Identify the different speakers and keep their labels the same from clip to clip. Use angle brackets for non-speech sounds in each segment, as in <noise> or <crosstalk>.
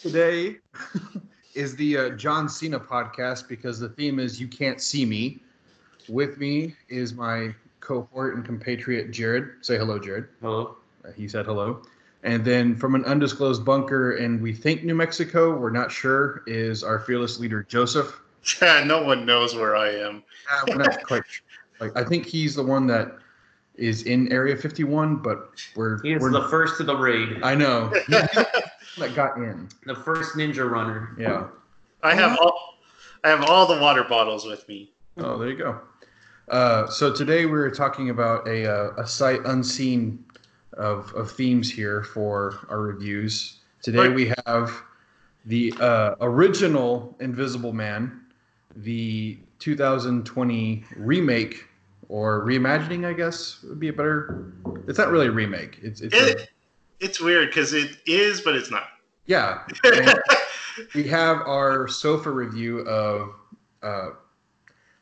Speaker 1: today is the uh, John Cena podcast because the theme is You Can't See Me. With me is my cohort and compatriot, Jared. Say hello, Jared.
Speaker 2: Hello.
Speaker 1: Uh, he said hello. And then from an undisclosed bunker in, we think, New Mexico, we're not sure, is our fearless leader, Joseph.
Speaker 3: <laughs> Yeah, no one knows where I am.
Speaker 1: Uh, we're
Speaker 2: <laughs>
Speaker 1: not quite sure. Like, I think he's the one that is in Area 51, but we're.
Speaker 2: He is
Speaker 1: we're
Speaker 2: the first to the raid, uh,
Speaker 1: I know. He's
Speaker 2: <laughs>
Speaker 1: the one that got in.
Speaker 2: the first ninja runner.
Speaker 1: Yeah.
Speaker 3: I have
Speaker 1: Uh-huh.
Speaker 3: all I have all the water bottles with me.
Speaker 1: Oh, there you go. Uh, so today we we're talking about a, uh, a sight unseen of, of themes here for our reviews. Today
Speaker 3: Right.
Speaker 1: we have the uh, original Invisible Man, the 2020 remake or reimagining, I guess would be a better. It's not really a remake. It's, it's a,
Speaker 3: It, it's weird because it is, but it's not.
Speaker 1: yeah.
Speaker 3: <laughs>
Speaker 1: And we have our sofa review of uh,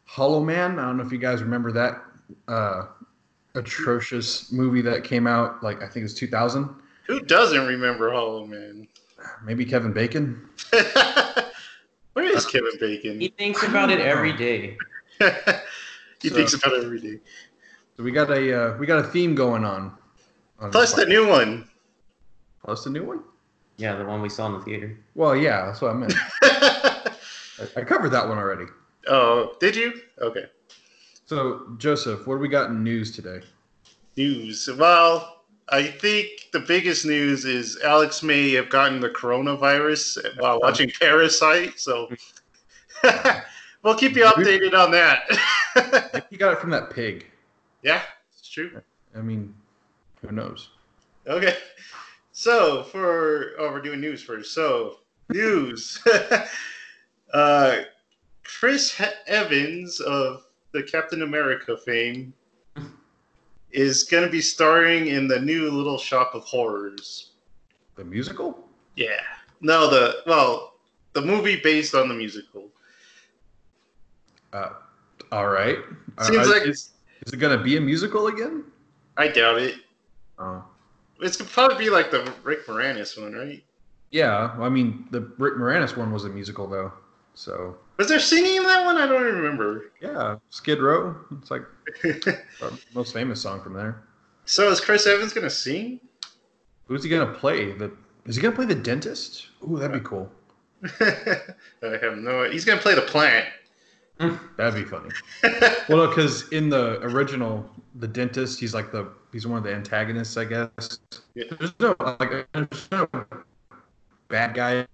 Speaker 1: Hollow Man. I don't know if you guys remember that uh, atrocious movie that came out, like I think it was 2000.
Speaker 3: Who doesn't remember Hollow Man? <laughs>
Speaker 1: Maybe Kevin Bacon.
Speaker 3: where is Kevin Bacon? <laughs>
Speaker 2: He thinks about it every day.
Speaker 3: he
Speaker 1: So-
Speaker 3: thinks about it every day.
Speaker 1: So we got a uh, we got a theme going on. on
Speaker 3: Plus the
Speaker 1: this
Speaker 3: new one. <laughs>
Speaker 1: podcast. plus the new one.
Speaker 2: Yeah, the one we saw in the theater.
Speaker 1: Well, yeah, that's what I
Speaker 3: <laughs>
Speaker 1: meant. I, I covered that one already.
Speaker 3: oh, did you? Okay.
Speaker 1: So Joseph, what do we got in news today?
Speaker 3: News. Well, I think the biggest news is Alex may have gotten the coronavirus while watching Parasite. So <laughs> we'll keep you updated on that. <laughs>
Speaker 1: He got it from that pig.
Speaker 3: yeah, it's true.
Speaker 1: I mean, who knows?
Speaker 3: Okay. So for oh, we're doing news first. So news. <laughs> uh, Chris He- Evans of the Captain America fame is going to be starring in the new Little Shop of Horrors.
Speaker 1: The musical?
Speaker 3: Yeah. No, the well, the movie based on the musical.
Speaker 1: Uh, all right.
Speaker 3: Seems
Speaker 1: Uh,
Speaker 3: like
Speaker 1: is, is it gonna be a musical again?
Speaker 3: I doubt it.
Speaker 1: Oh.
Speaker 3: It's gonna probably be like the Rick Moranis one, right?
Speaker 1: Yeah, well, I mean the Rick Moranis one was a musical though, so
Speaker 3: Was there singing in that one? I don't remember. <laughs>
Speaker 1: yeah, Skid Row. It's like our most famous song from there.
Speaker 3: so is Chris Evans gonna sing? <laughs>
Speaker 1: Who's he gonna play? The is he gonna play the dentist? Ooh, that'd be cool.
Speaker 3: I have no. He's gonna play the plant.
Speaker 1: That'd be funny. <laughs> well, because in the original, the dentist, he's like the he's one of the antagonists, I guess.
Speaker 3: Yeah.
Speaker 1: There's no like there's no bad guy,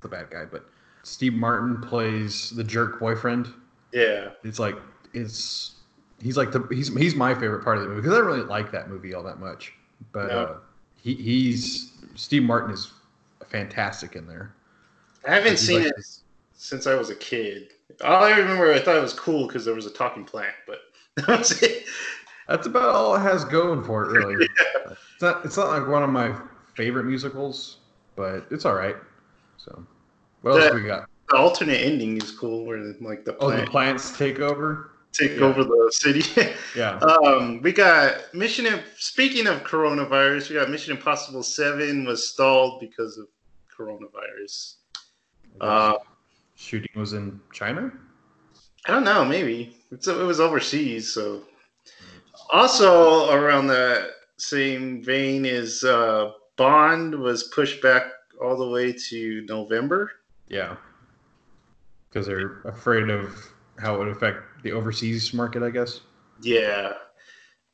Speaker 1: the bad guy, but Steve Martin plays the jerk boyfriend.
Speaker 3: yeah,
Speaker 1: It's like it's he's like the he's he's my favorite part of the movie because I don't really like that movie all that much, but
Speaker 3: Yeah.
Speaker 1: uh, he he's Steve Martin is fantastic in there.
Speaker 3: I haven't
Speaker 1: He's
Speaker 3: seen
Speaker 1: like
Speaker 3: it since I was a kid. All I remember, I thought it was cool because there was a talking plant, but <laughs> that was it.
Speaker 1: That's about all it has going for it, really.
Speaker 3: <laughs>
Speaker 1: It's not it's not like one of my favorite musicals, but it's all right. So, what else
Speaker 3: That-
Speaker 1: do we got?
Speaker 3: The alternate ending is cool, where like the
Speaker 1: Oh, the
Speaker 3: plant
Speaker 1: plants take over.
Speaker 3: take
Speaker 1: yeah.
Speaker 3: over the city. <laughs>
Speaker 1: Yeah,
Speaker 3: um, we got Mission. Im- Speaking of coronavirus, we got Mission Impossible Seven was stalled because of coronavirus. Uh,
Speaker 1: shooting was in China.
Speaker 3: I don't know. Maybe it's, it was overseas. So, also around the same vein is uh, Bond was pushed back all the way to November.
Speaker 1: Yeah, because they're afraid of how it would affect the overseas market, I guess.
Speaker 3: Yeah.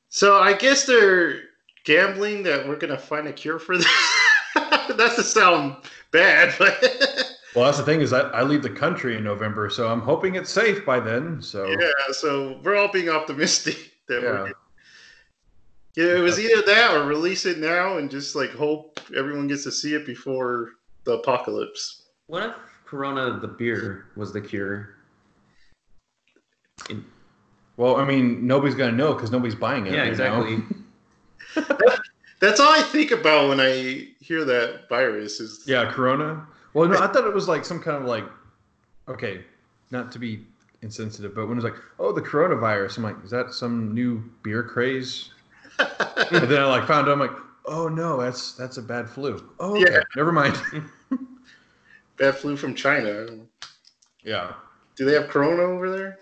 Speaker 3: So I guess they're gambling that we're gonna find a cure for <laughs> this. that doesn't sound bad, but <laughs>
Speaker 1: Well, that's the thing is I, I leave the country in November, so I'm hoping it's safe by then. So
Speaker 3: yeah. So we're all being optimistic <laughs> that we're
Speaker 1: Yeah.
Speaker 3: gonna- Yeah, it was either that or release it now and just like hope everyone gets to see it before the apocalypse.
Speaker 2: What if Corona the beer was the cure?
Speaker 1: well, I mean, nobody's gonna know because nobody's buying it.
Speaker 2: Yeah,
Speaker 1: right now.
Speaker 2: exactly.
Speaker 3: That's all I think about when I hear that virus is
Speaker 1: Yeah, Corona. Well, no, I thought it was like some kind of like, okay, not to be insensitive, but when it was like, oh, the coronavirus, I'm like, is that some new beer craze? and then I like found out, I'm like, oh no, that's that's a bad flu. Oh, okay,
Speaker 3: Yeah.
Speaker 1: never mind.
Speaker 3: that flew from China. I don't know.
Speaker 1: Yeah.
Speaker 3: Do they have Corona over there?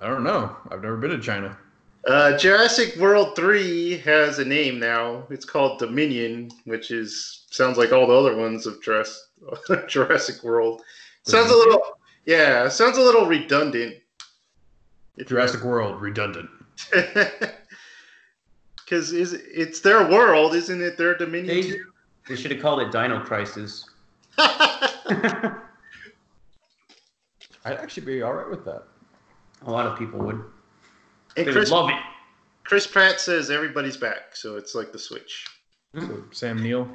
Speaker 1: I don't know. I've never been to China.
Speaker 3: Uh, Jurassic World Three has a name now. It's called Dominion, which is sounds like all the other ones of Jurass- <laughs> Jurassic World. Sounds a little, yeah, sounds a little redundant. If you
Speaker 1: Jurassic World, redundant.
Speaker 3: Because <laughs> is it's their world, isn't it? Their dominion.
Speaker 2: <laughs> They,
Speaker 3: too?
Speaker 2: they should have called it Dino Crisis. <laughs>
Speaker 3: I
Speaker 2: a
Speaker 1: I'd actually be all right with that.
Speaker 2: lot of people would.
Speaker 3: <laughs>
Speaker 2: They
Speaker 3: and
Speaker 2: would
Speaker 3: Chris,
Speaker 2: love it.
Speaker 3: Chris Pratt says everybody's back, so it's like the Switch.
Speaker 1: So Sam Neill.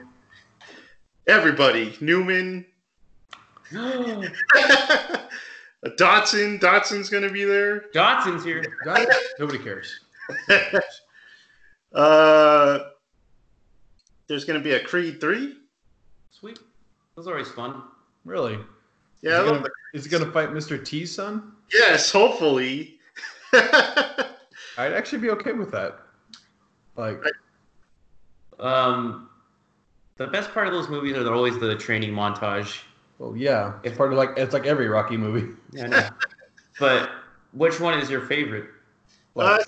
Speaker 3: Everybody, Newman, <laughs>
Speaker 2: <gasps>
Speaker 3: Dotson. Dotson's gonna be there. <laughs>
Speaker 2: Dotson's here.
Speaker 1: Guys, Nobody cares.
Speaker 3: Uh, there's gonna be a Creed Three.
Speaker 2: Sweet. That was always fun.
Speaker 1: Really? Is he
Speaker 3: Yeah, I love
Speaker 1: gonna-
Speaker 3: the-
Speaker 1: Is he gonna fight Mr. T's son?
Speaker 3: yes. Hopefully, <laughs>
Speaker 1: I'd actually be okay with that. Like,
Speaker 2: Um, the best part of those movies are they're always the training montage.
Speaker 1: well, yeah. It's part of like it's like every Rocky movie. <laughs>
Speaker 2: Yeah, I know. but which one is your favorite?
Speaker 1: Like,
Speaker 3: Uh,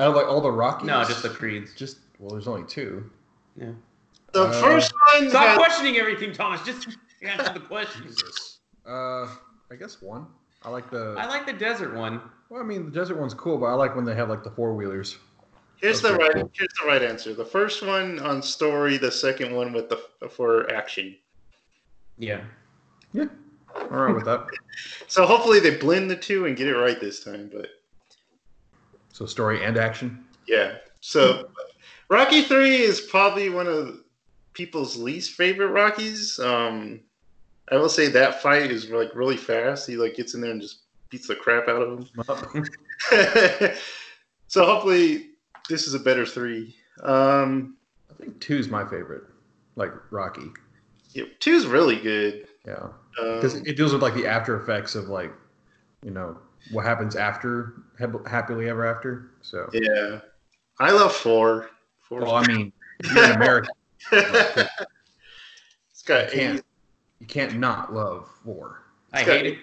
Speaker 1: out of like all the Rockies.
Speaker 2: Uh, No, just the Creeds.
Speaker 1: just well, there's only two.
Speaker 3: the
Speaker 1: Uh,
Speaker 3: first one.
Speaker 2: Stop
Speaker 3: had-
Speaker 2: questioning everything, Thomas. Just answer the questions.
Speaker 1: Uh, I guess one. I like the.
Speaker 2: I like the desert one.
Speaker 1: well, I mean, the desert one's cool, but I like when they have like the four wheelers.
Speaker 3: Here's the
Speaker 1: Okay,
Speaker 3: right.
Speaker 1: cool.
Speaker 3: Here's the right answer. The first one on story. The second one with the for action.
Speaker 2: Yeah.
Speaker 1: All right with
Speaker 2: <laughs>
Speaker 1: that.
Speaker 3: So hopefully they blend the two and get it right this time. But
Speaker 1: So story and action.
Speaker 3: yeah. So Rocky Three is probably one of people's least favorite Rockies. Um, I will say that fight is like really fast. He like gets in there and just beats the crap out
Speaker 1: <laughs>
Speaker 3: of him. <laughs> so hopefully this is a better three. Um,
Speaker 1: I think two's my favorite, like Rocky.
Speaker 3: yeah, two's really good.
Speaker 1: Yeah, because
Speaker 3: Um,
Speaker 1: it deals with like the after effects of like, you know, what happens after hap- happily ever after. So,
Speaker 3: yeah, I love four. Four.
Speaker 1: well, Oh, I mean, if you're an
Speaker 2: <laughs>
Speaker 1: American,
Speaker 3: <laughs> it's
Speaker 1: you
Speaker 3: got eight.
Speaker 1: can't you can't not love war.
Speaker 2: I
Speaker 3: Okay.
Speaker 2: hate it.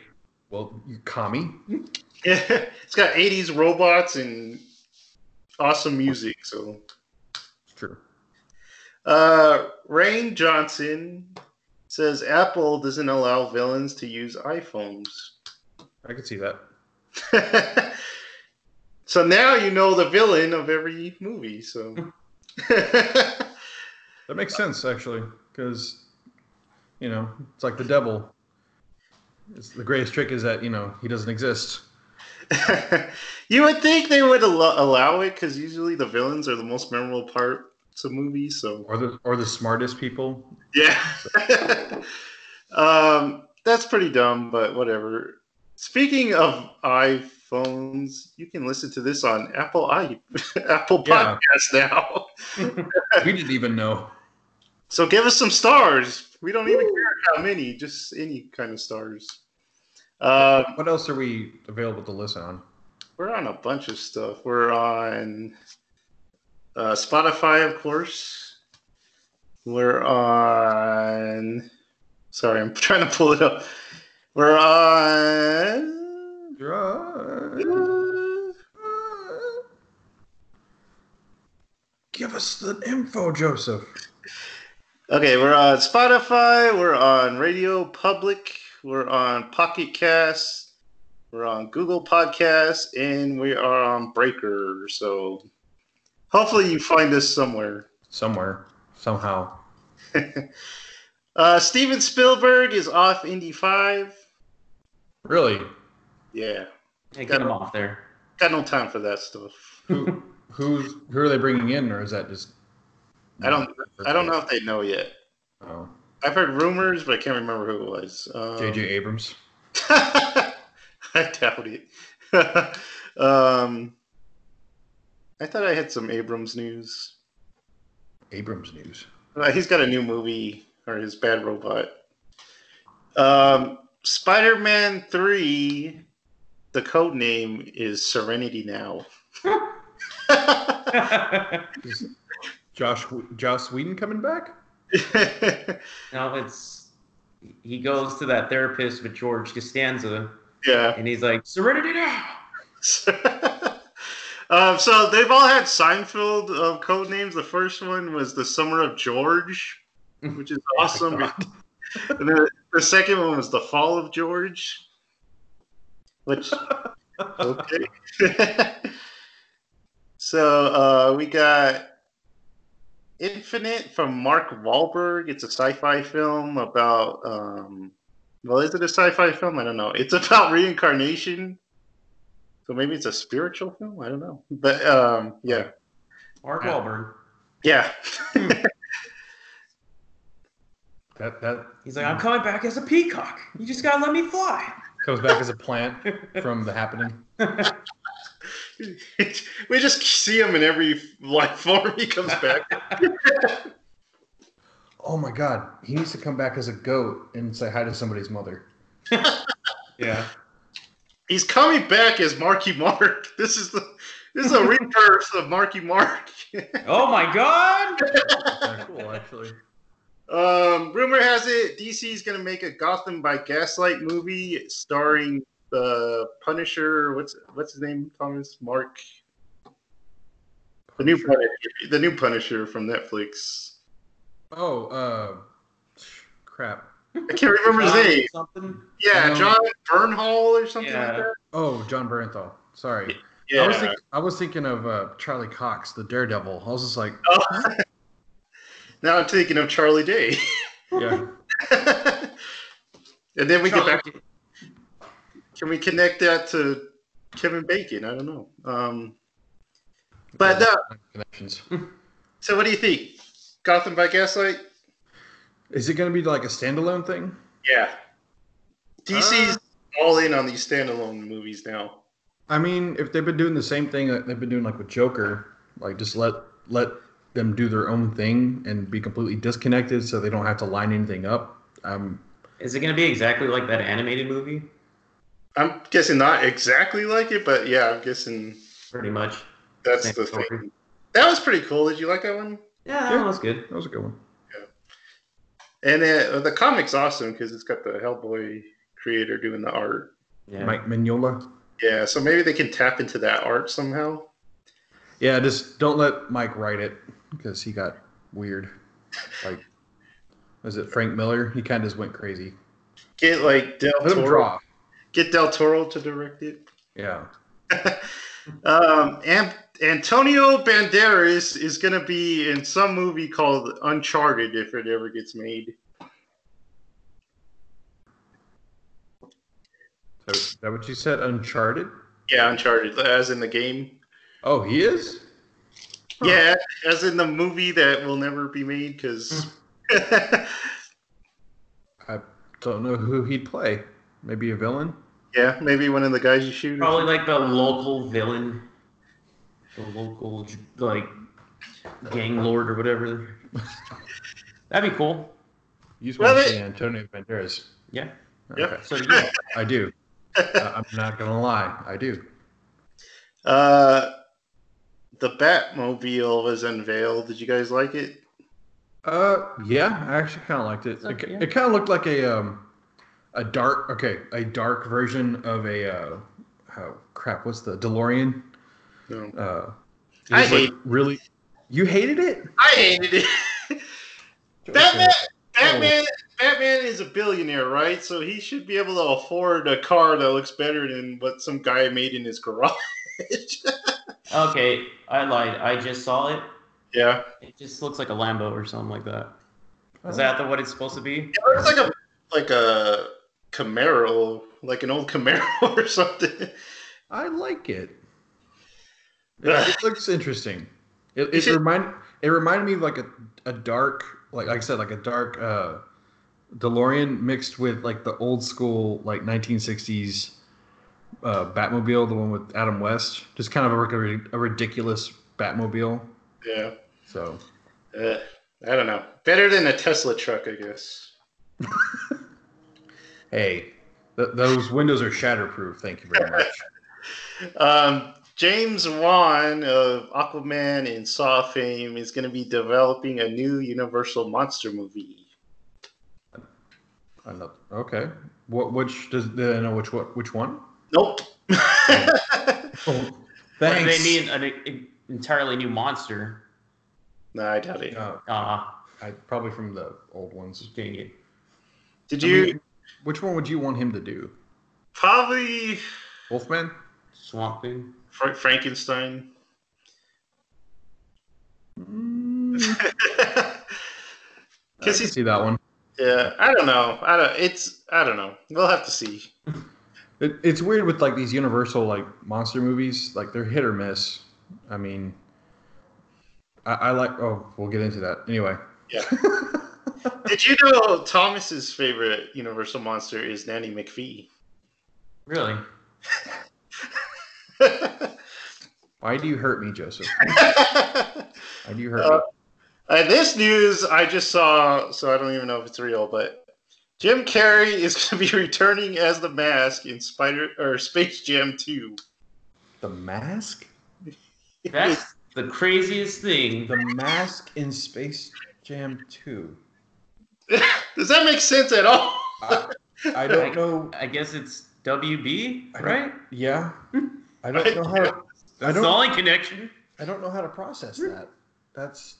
Speaker 1: Well, you commie.
Speaker 3: <laughs> it's got eighties robots and awesome music. So,
Speaker 1: It's true.
Speaker 3: uh, Rain Johnson says Apple doesn't allow villains to use iPhones. <laughs>
Speaker 1: I could see that.
Speaker 3: so now you know the villain of every movie. So, <laughs>
Speaker 1: That makes sense actually, because you know it's like the devil. It's, the greatest trick is that you know he doesn't exist.
Speaker 3: you would think they would al- allow it because usually the villains are the most memorable parts of movies. So,
Speaker 1: or the or the smartest people.
Speaker 3: Yeah. <laughs> um, that's pretty dumb, but whatever. Speaking of iPhones, you can listen to this on Apple i <laughs> Apple
Speaker 1: Yeah.
Speaker 3: Podcasts now.
Speaker 1: We didn't even know.
Speaker 3: So give us some stars. We don't even care how many, just any kind of stars. Um,
Speaker 1: What else are we available to listen on?
Speaker 3: we're on a bunch of stuff. We're on uh, Spotify, of course. We're on. Sorry, I'm <laughs> trying to pull it up. We're on.
Speaker 1: Give us the info, Joseph.
Speaker 3: Okay, we're on Spotify. We're on Radio Public. We're on Pocket Cast. We're on Google Podcasts, and we are on Breaker. So hopefully you find us somewhere.
Speaker 1: Somewhere, somehow.
Speaker 3: Uh, Steven Spielberg is off Indy 5.
Speaker 1: Really,
Speaker 3: Yeah.
Speaker 2: Hey, get him off there. <laughs>
Speaker 3: Got no time for that stuff.
Speaker 1: who <laughs> who's who are they bringing in, or is that just?
Speaker 3: I don't-
Speaker 1: Mm,
Speaker 3: I don't know if they know yet.
Speaker 1: Oh,
Speaker 3: I've heard rumors, but I can't remember who it was. Um,
Speaker 1: J.J. Abrams.
Speaker 3: <laughs> I doubt it. <laughs> um, I thought I had some Abrams news.
Speaker 1: Abrams news.
Speaker 3: Uh, He's got a new movie, or his Bad Robot. Um, Spider Man 3, the code name is Serenity Now. <laughs>
Speaker 1: Is Josh Josh Whedon coming back?
Speaker 2: no, it's he goes to that therapist with George Costanza,
Speaker 3: <laughs> Yeah.
Speaker 2: and he's like, "Serenity now."
Speaker 3: <laughs> um, so they've all had Seinfeld uh, code names. The first one was the Summer of George, which is awesome. <laughs> and then the second one was the Fall of George, which okay. <laughs> so uh, we got Infinite from Mark Wahlberg. It's a sci-fi film about. Um, well, is it a sci-fi film? I don't know. It's about <laughs> reincarnation. So maybe it's a spiritual film. I don't know. But um, yeah,
Speaker 2: Mark Wahlberg.
Speaker 3: yeah, <laughs>
Speaker 1: That that
Speaker 2: He's like, "I'm coming back as a peacock. You just gotta let me fly." <laughs>
Speaker 1: comes back as a plant from the happening.
Speaker 3: we just see him in every life form. He comes back.
Speaker 1: Oh my god, he needs to come back as a goat and say hi to somebody's mother.
Speaker 2: Yeah.
Speaker 3: He's coming back as Marky Mark. <laughs> This is the this is a rebirth of Marky Mark. <laughs>
Speaker 2: Oh my God.
Speaker 1: cool, actually.
Speaker 3: Um, rumor has it DC is gonna make a Gotham by Gaslight movie starring the Punisher. What's what's his name? Thomas Mark. The new Punisher. The new Punisher from Netflix.
Speaker 1: Oh, uh, crap.
Speaker 3: I can't remember his
Speaker 2: John
Speaker 3: name.
Speaker 2: Something.
Speaker 3: Yeah,
Speaker 1: Um,
Speaker 3: John Bernhall or something like
Speaker 2: Yeah.
Speaker 3: that.
Speaker 1: Oh, John Bernthal. Sorry.
Speaker 3: Yeah.
Speaker 1: I, was think- I was thinking of uh, Charlie Cox, the daredevil. I was just like,
Speaker 3: now I'm thinking of Charlie <laughs> Day.
Speaker 1: yeah.
Speaker 3: and then we get back. Can we connect that to Kevin Bacon? I don't know. Um, but uh,
Speaker 1: <laughs> Connections.
Speaker 3: so, what do you think? Gotham by Gaslight?
Speaker 1: Is it going to be like a standalone thing?
Speaker 3: Yeah. DC's all in on these standalone movies now.
Speaker 1: I mean, if they've been doing the same thing that they've been doing, like with Joker, like just let let them do their own thing and be completely disconnected, so they don't have to line anything up. Um,
Speaker 2: Is it gonna be exactly like that animated movie?
Speaker 3: I'm guessing not exactly like it, but yeah, I'm guessing
Speaker 2: Pretty much.
Speaker 3: that's
Speaker 2: Same
Speaker 3: the
Speaker 2: story.
Speaker 3: thing. That was pretty cool. Did you like that one?
Speaker 2: Yeah, that
Speaker 1: Yeah.
Speaker 2: one was good.
Speaker 1: that was a good one.
Speaker 3: And uh, the comic's awesome because it's got the Hellboy creator doing the art.
Speaker 2: Yeah.
Speaker 1: Mike Mignola.
Speaker 3: Yeah, so maybe they can tap into that art somehow.
Speaker 1: Yeah, just don't let Mike write it because he got weird. Like, was it Frank Miller? He kind of just went crazy.
Speaker 3: Get like Del
Speaker 1: Let him
Speaker 3: Toro.
Speaker 1: draw.
Speaker 3: Get Del Toro to direct it.
Speaker 1: Yeah.
Speaker 3: Um, and Antonio Banderas is going to be in some movie called Uncharted if it ever gets made.
Speaker 1: So, is that what you said? Uncharted.
Speaker 3: Yeah, Uncharted, as in the game.
Speaker 1: Oh, he is. Huh.
Speaker 3: Yeah, as in the movie that will never be made because.
Speaker 1: Hmm. Don't know who he'd play. Maybe a villain.
Speaker 3: <laughs> yeah, maybe one of the guys you shoot. or
Speaker 2: Probably like the local villain, the local like gang lord or whatever. <laughs> That'd be cool.
Speaker 1: You just
Speaker 3: Well,
Speaker 1: want to
Speaker 3: they-
Speaker 1: see Antonio Banderas.
Speaker 2: Yeah.
Speaker 1: Okay.
Speaker 3: Yeah.
Speaker 2: So do you.
Speaker 1: I do. I- I'm not gonna lie. I do.
Speaker 3: Uh, the Batmobile was unveiled. Did you guys like it?
Speaker 1: Uh, yeah, I actually kind of liked it. It,
Speaker 2: Okay.
Speaker 1: it kind of looked like a um, a dark. Okay, a dark version of a uh, oh crap, what's the DeLorean?
Speaker 3: No.
Speaker 1: Uh, it
Speaker 3: I
Speaker 1: was, like,
Speaker 3: hate-
Speaker 1: really. You hated it.
Speaker 3: I hated it. Batman, Batman, Batman is a billionaire, right? So he should be able to afford a car that looks better than what some guy made in his garage. <laughs>
Speaker 2: Okay, I lied. I just saw it.
Speaker 3: yeah,
Speaker 2: It just looks like a Lambo or something like that. Is that the, what it's supposed to be?
Speaker 3: it looks like a like a Camaro, like an old Camaro <laughs> or something.
Speaker 1: I like
Speaker 2: <sighs>
Speaker 1: it. It, it looks interesting. It, it
Speaker 3: should-
Speaker 1: remind it reminded me of like a, a dark like, like I said like a dark uh, DeLorean mixed with like the old school like 1960s uh, Batmobile, the one with Adam West, just kind of like a, ri- a ridiculous Batmobile.
Speaker 3: Yeah,
Speaker 1: So
Speaker 3: uh, I don't know. Better than a Tesla truck, I guess.
Speaker 1: hey, th- those windows are shatterproof. Thank you
Speaker 2: <laughs>
Speaker 1: very much.
Speaker 3: Um, James Wan of Aquaman and Saw fame is going to be developing a new Universal monster movie.
Speaker 1: Another. Okay. What? Which does? Do they know which? What? Which one?
Speaker 3: <laughs> Nope.
Speaker 1: Oh,
Speaker 2: What
Speaker 1: thanks.
Speaker 2: if they need an, an entirely new monster?
Speaker 3: no, I doubt it.
Speaker 1: Uh,
Speaker 2: Uh,
Speaker 1: I, probably from the old ones.
Speaker 2: dang it.
Speaker 3: Did
Speaker 1: I
Speaker 3: you
Speaker 1: mean, which one would you want him to do?
Speaker 3: probably
Speaker 1: Wolfman.
Speaker 2: Swamp Thing.
Speaker 3: Fra- Frankenstein? <laughs>
Speaker 1: Mm, I can
Speaker 3: Because he's
Speaker 1: see that one.
Speaker 3: <laughs> yeah. I don't know. I don't. It's I don't know. We'll have to see.
Speaker 1: It, it's weird with like these Universal like monster movies. Like they're hit or miss. I mean, I, I like. Oh, we'll get into that anyway.
Speaker 3: Yeah. Did you know Thomas's favorite Universal monster is Nanny <laughs> McPhee?
Speaker 2: Really?
Speaker 1: <laughs> Why do you hurt me, Joseph? Why do you hurt
Speaker 3: Uh, and this news I just saw, so I don't even know if it's real, but Jim Carrey is <laughs> going to be returning as the Mask in Spider or Space Jam 2.
Speaker 1: me? The mask.
Speaker 2: That's the craziest thing.
Speaker 1: The mask in Space Jam Two.
Speaker 3: Does that make sense at all?
Speaker 1: I, I
Speaker 3: <laughs>
Speaker 1: don't know.
Speaker 2: I guess it's WB,
Speaker 1: I don't-
Speaker 2: right?
Speaker 3: <laughs>
Speaker 1: Yeah, I don't know how. I
Speaker 2: That's the
Speaker 1: don't.
Speaker 2: only connection.
Speaker 1: I don't know how to process that. That's.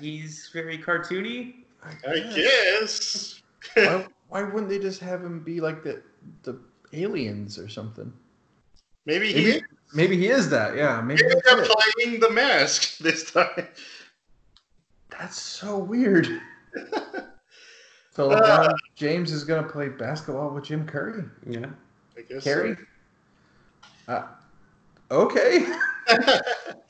Speaker 2: He's very cartoony.
Speaker 1: I
Speaker 3: <laughs> I
Speaker 1: guess.
Speaker 3: guess.
Speaker 1: Why, why wouldn't they just have him be like the the aliens or something?
Speaker 3: Maybe he
Speaker 1: Maybe maybe he is that. Yeah, maybe
Speaker 3: maybe
Speaker 1: that's,
Speaker 3: they're
Speaker 1: it.
Speaker 3: playing the Mask <laughs> this time.
Speaker 1: that's so weird. So
Speaker 3: Uh.
Speaker 1: LeBron James is gonna play basketball with Jim Curry.
Speaker 2: Yeah.
Speaker 3: I guess.
Speaker 1: Carrie. Uh, okay.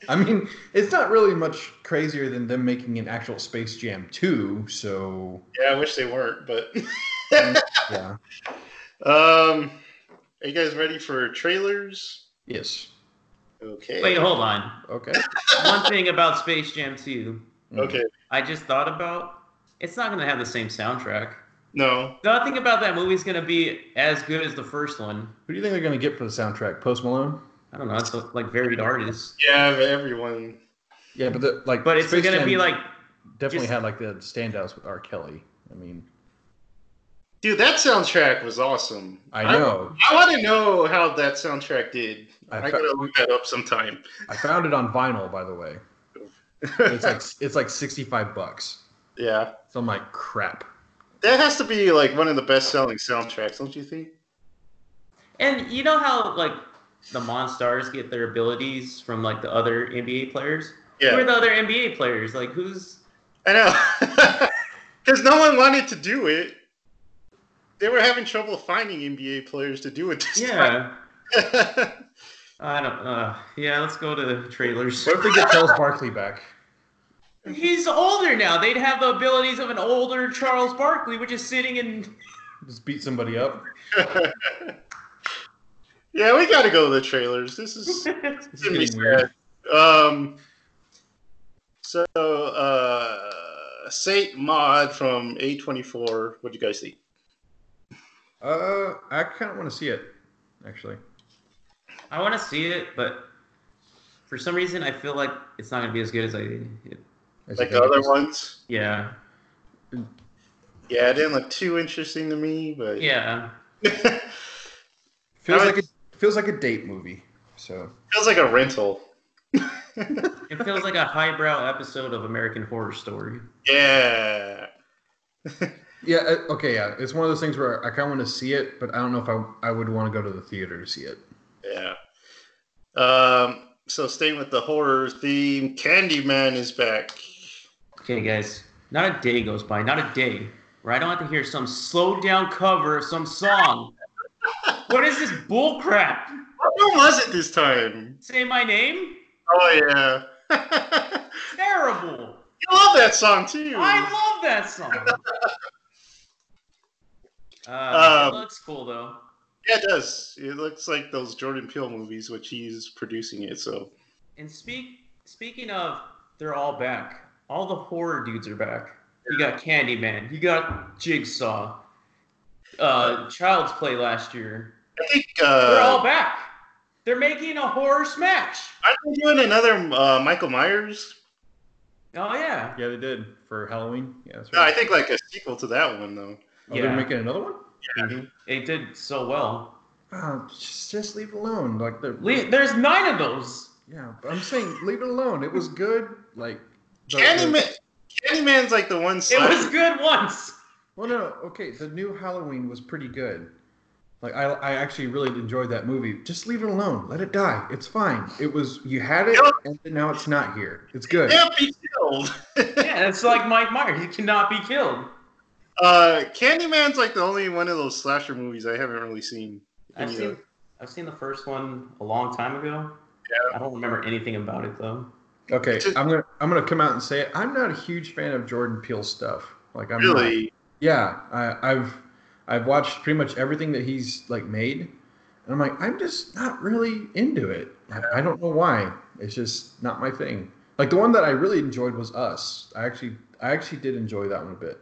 Speaker 1: I mean, it's not really much crazier than them making an actual Space Jam 2, so
Speaker 3: yeah, I wish they weren't, but. <laughs>
Speaker 1: yeah.
Speaker 3: Um, are you guys ready for trailers?
Speaker 1: Yes.
Speaker 3: Okay.
Speaker 2: Wait, hold on.
Speaker 1: Okay.
Speaker 2: One thing about Space Jam 2,
Speaker 3: Okay.
Speaker 2: I just thought about it's not going to have the same soundtrack.
Speaker 3: No.
Speaker 2: Nothing about that movie's going to be as good as the first one.
Speaker 1: Who do you think they're going to get for the soundtrack? Post Malone?
Speaker 2: I don't know. It's like varied artists.
Speaker 3: Yeah, but everyone.
Speaker 1: Yeah, but the, like
Speaker 2: But it's
Speaker 1: Space
Speaker 2: going to
Speaker 1: Jam
Speaker 2: be like,
Speaker 1: definitely
Speaker 2: just-
Speaker 1: had like the standouts with R. Kelly. I mean,
Speaker 3: Dude, that soundtrack was awesome.
Speaker 1: I
Speaker 3: I,
Speaker 1: know.
Speaker 3: want to know how that soundtrack did.
Speaker 1: I
Speaker 3: I,
Speaker 1: fe-
Speaker 3: gotta look that up sometime.
Speaker 1: I found it on vinyl, by the way. It's like <laughs> it's like sixty five bucks.
Speaker 3: <laughs> yeah,
Speaker 1: So I'm like, crap.
Speaker 3: that has to be like one of the best-selling soundtracks, don't you think?
Speaker 2: and you know how like the Monstars get their abilities from like the other NBA players? Who are
Speaker 3: Yeah,
Speaker 2: the other NBA players? Like who's
Speaker 3: I know. <laughs> Because no one wanted to do it. They were having trouble finding NBA players to do it this
Speaker 2: yeah.
Speaker 3: time. <laughs>
Speaker 2: I don't. Uh, yeah, let's go to trailers.
Speaker 1: What if they get Charles Barkley back?
Speaker 2: He's older now. They'd have the abilities of an older Charles Barkley, which is sitting in.
Speaker 1: Just beat somebody up.
Speaker 3: yeah, we gotta go to the trailers. This is
Speaker 1: This
Speaker 3: It's gonna be
Speaker 1: getting weird.
Speaker 3: sad. Um, so, uh, Saint Mod from A24. What do you guys think?
Speaker 1: Uh, I kind of want to see it, actually.
Speaker 2: <laughs> I want to see it, but for some reason, I feel like it's not gonna be as good as I.
Speaker 1: As you think
Speaker 3: Like the other
Speaker 1: it's-
Speaker 3: ones?
Speaker 2: yeah,
Speaker 3: Yeah, it didn't look too interesting to me, but
Speaker 2: yeah.
Speaker 1: feels
Speaker 3: I
Speaker 1: like a feels like a date movie. So
Speaker 3: feels like a rental.
Speaker 2: It feels like a highbrow episode of American Horror Story.
Speaker 3: Yeah.
Speaker 1: yeah, uh, okay, yeah, it's one of those things where I kind of want to see it, but I don't know if I I would want to go to the theater to see it.
Speaker 3: Yeah. Um, so staying with the horror theme, Candyman is back.
Speaker 2: Okay, guys, not a day goes by, not a day where I don't have to hear some slowed down cover of some song. what is this bullcrap?
Speaker 3: What one was it this time?
Speaker 2: Say my name?
Speaker 3: Oh yeah. <laughs> you
Speaker 2: Terrible.
Speaker 3: love that song too.
Speaker 2: I love
Speaker 3: <laughs>
Speaker 2: that song. Uh,
Speaker 3: Um,
Speaker 2: it looks cool though.
Speaker 3: Yeah, it does. It looks like those Jordan Peele movies, which he's producing it. So
Speaker 2: And speak speaking of, they're all back. All the horror dudes are back. You got Candyman. You got Jigsaw. Uh, Child's Play last year.
Speaker 3: I think
Speaker 2: They're all
Speaker 3: uh,
Speaker 2: back. They're making a horror smash.
Speaker 3: aren't they doing another uh, Michael Myers?
Speaker 2: Oh yeah.
Speaker 1: Yeah, they did for Halloween. Yeah, that's
Speaker 3: No, I think like a sequel to that one though.
Speaker 1: Oh, they're
Speaker 2: Yeah.
Speaker 1: making another one.
Speaker 2: Mhm. It did so well.
Speaker 1: Oh, just, just leave it alone. Like they're
Speaker 2: Le- there's nine of those.
Speaker 1: yeah. But I'm saying leave it alone. It was good. Like the- the-
Speaker 3: Candyman, Candyman's like the one.
Speaker 2: It
Speaker 3: Side.
Speaker 2: was good
Speaker 3: <laughs>
Speaker 2: once.
Speaker 1: Well, no, okay. The new Halloween was pretty good. Like I, I actually really enjoyed that movie. Just leave it alone. Let it die. It's fine. It was you had it,
Speaker 3: Yep.
Speaker 1: and now it's not here. It's good.
Speaker 3: can't be killed.
Speaker 2: Yeah, it's like Mike Myers. He cannot be killed.
Speaker 3: Uh, Candyman's like the only one of those slasher movies I haven't really seen.
Speaker 2: I've
Speaker 3: any
Speaker 2: seen
Speaker 3: of.
Speaker 2: I've seen the first one a long time ago.
Speaker 3: Yeah.
Speaker 2: I don't remember anything about it though.
Speaker 1: Okay,
Speaker 3: Just-
Speaker 1: I'm gonna I'm gonna come out and say it. I'm not a huge fan of Jordan Peele stuff. Like I'm not-
Speaker 3: really.
Speaker 1: yeah, I, I've I've watched pretty much everything that he's like made, and I'm like I'm just not really into it. I, I don't know why. It's just not my thing. Like the one that I really enjoyed was Us. I actually I actually did enjoy that one a bit,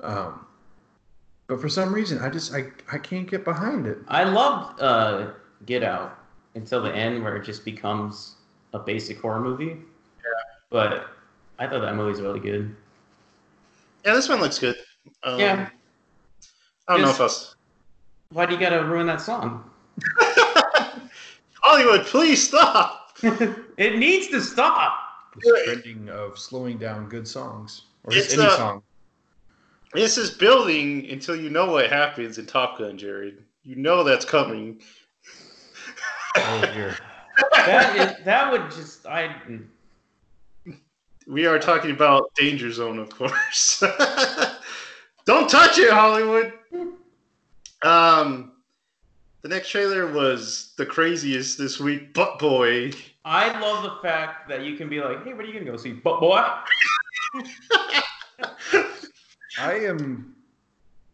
Speaker 1: um, but for some reason I just I I can't get behind it.
Speaker 2: I loved uh, Get Out until the end where it just becomes a basic horror movie. Yeah. But I thought that movie was really good.
Speaker 3: Yeah, this one looks good. Um,
Speaker 2: Yeah.
Speaker 3: I don't know
Speaker 2: It's-
Speaker 3: if us.
Speaker 2: Why do you gotta ruin that song? <laughs>
Speaker 3: Hollywood, please stop.
Speaker 2: it needs to stop.
Speaker 1: This trending of slowing down good songs or just
Speaker 3: It's
Speaker 1: any
Speaker 3: a-
Speaker 1: song.
Speaker 3: This is building until you know what happens in Top Gun, Jared. You know that's coming.
Speaker 1: Oh dear.
Speaker 2: That is, that would just I
Speaker 3: We are talking about Danger Zone, of course. <laughs> Don't touch it, Hollywood. Um, the next trailer was the craziest this week, Butt Boy.
Speaker 2: I love the fact that you can be like, hey, what are you gonna go see? But boy.
Speaker 1: I am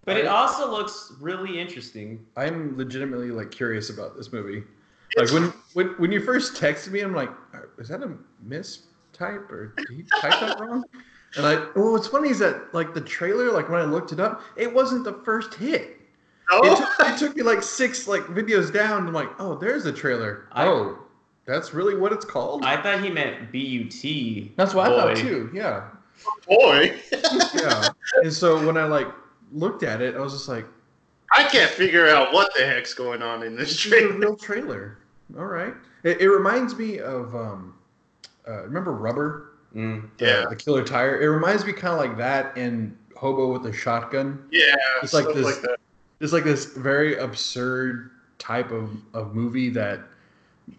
Speaker 2: But it also looks really interesting.
Speaker 1: I'm legitimately like curious about this movie. Like when when when you first texted me, I'm like, "Uh, is that a mistype or did he type that wrong? And I well, what's funny is that like the trailer, like when I looked it up, it wasn't the first hit.
Speaker 2: Oh.
Speaker 1: It,
Speaker 3: No,
Speaker 1: took, it took me like six like videos down. I'm like, oh, there's a trailer.
Speaker 2: I-
Speaker 1: oh, that's really what it's called.
Speaker 2: I thought he meant B U T.
Speaker 1: that's what I
Speaker 2: boy.
Speaker 1: thought too. Yeah,
Speaker 3: boy.
Speaker 1: yeah. and so when I like looked at it, I was just like,
Speaker 3: I can't figure out what the heck's going on in this
Speaker 1: This is a <laughs>
Speaker 3: trailer.
Speaker 1: real trailer. All right. It, it reminds me of um, uh, remember Rubber,
Speaker 2: Mm.
Speaker 1: the,
Speaker 3: Yeah.
Speaker 1: the Killer Tire. It reminds me kind of like that and Hobo with a Shotgun.
Speaker 3: Yeah,
Speaker 1: It's like
Speaker 3: stuff
Speaker 1: this-
Speaker 3: that.
Speaker 1: It's like this very absurd type of, of movie that y-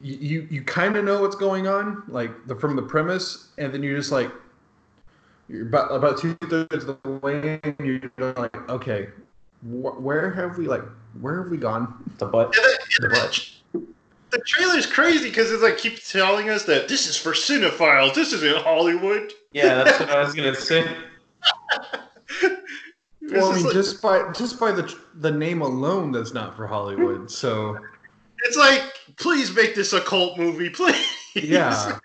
Speaker 1: you you kind of know what's going on, like the, from the premise, and then you're just like. You're about about two thirds of the way, in, you're like, okay, wh- where have we like, where have we gone?
Speaker 2: The butt.
Speaker 3: Yeah, that-
Speaker 1: The what?
Speaker 3: The trailer's crazy because it's like keep telling us that this is for cinephiles. This isn't Hollywood.
Speaker 2: Yeah, that's what I was gonna say.
Speaker 3: It's
Speaker 1: Well, I
Speaker 3: just
Speaker 1: mean, just
Speaker 3: like-
Speaker 1: by just by the the name alone, that's not for Hollywood.
Speaker 3: <laughs>
Speaker 1: So
Speaker 3: it's like, please make this a cult movie, <laughs> please.
Speaker 1: yeah,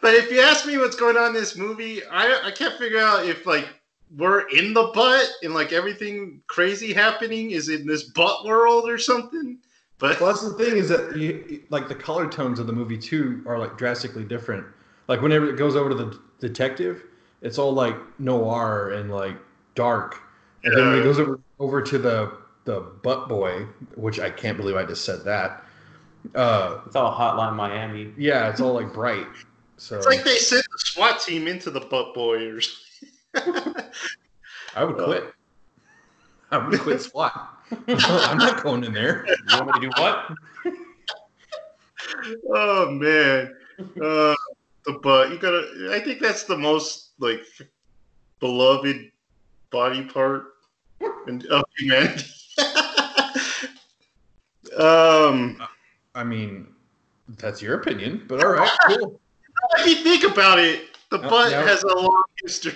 Speaker 3: But if you ask me what's going on in this movie, I I can't figure out if like we're in the butt and like everything crazy happening is in this butt world or something. But
Speaker 1: well, that's the thing is that you, like the color tones of the movie too are like drastically different. Like whenever it goes over to the detective, it's all like noir and like dark. And then when it
Speaker 3: uh,
Speaker 1: goes over over to the the butt boy, which I can't believe I just said that. Uh,
Speaker 2: It's all Hotline Miami.
Speaker 1: yeah, it's all like bright. So
Speaker 3: it's like they sent the SWAT team into the butt boy or something.
Speaker 1: I
Speaker 3: Uh.
Speaker 1: would quit. I would
Speaker 3: <laughs>
Speaker 1: quit SWAT. <laughs> I'm not going in there.
Speaker 2: You want me to do <laughs> what?
Speaker 3: <laughs> Oh man, uh, the butt. You gotta. I think that's the most like beloved body part in- of humanity. <laughs> um,
Speaker 1: I mean, that's your opinion, but all right, cool.
Speaker 3: if you think about it, the
Speaker 1: No,
Speaker 3: butt
Speaker 1: no.
Speaker 3: has a long history.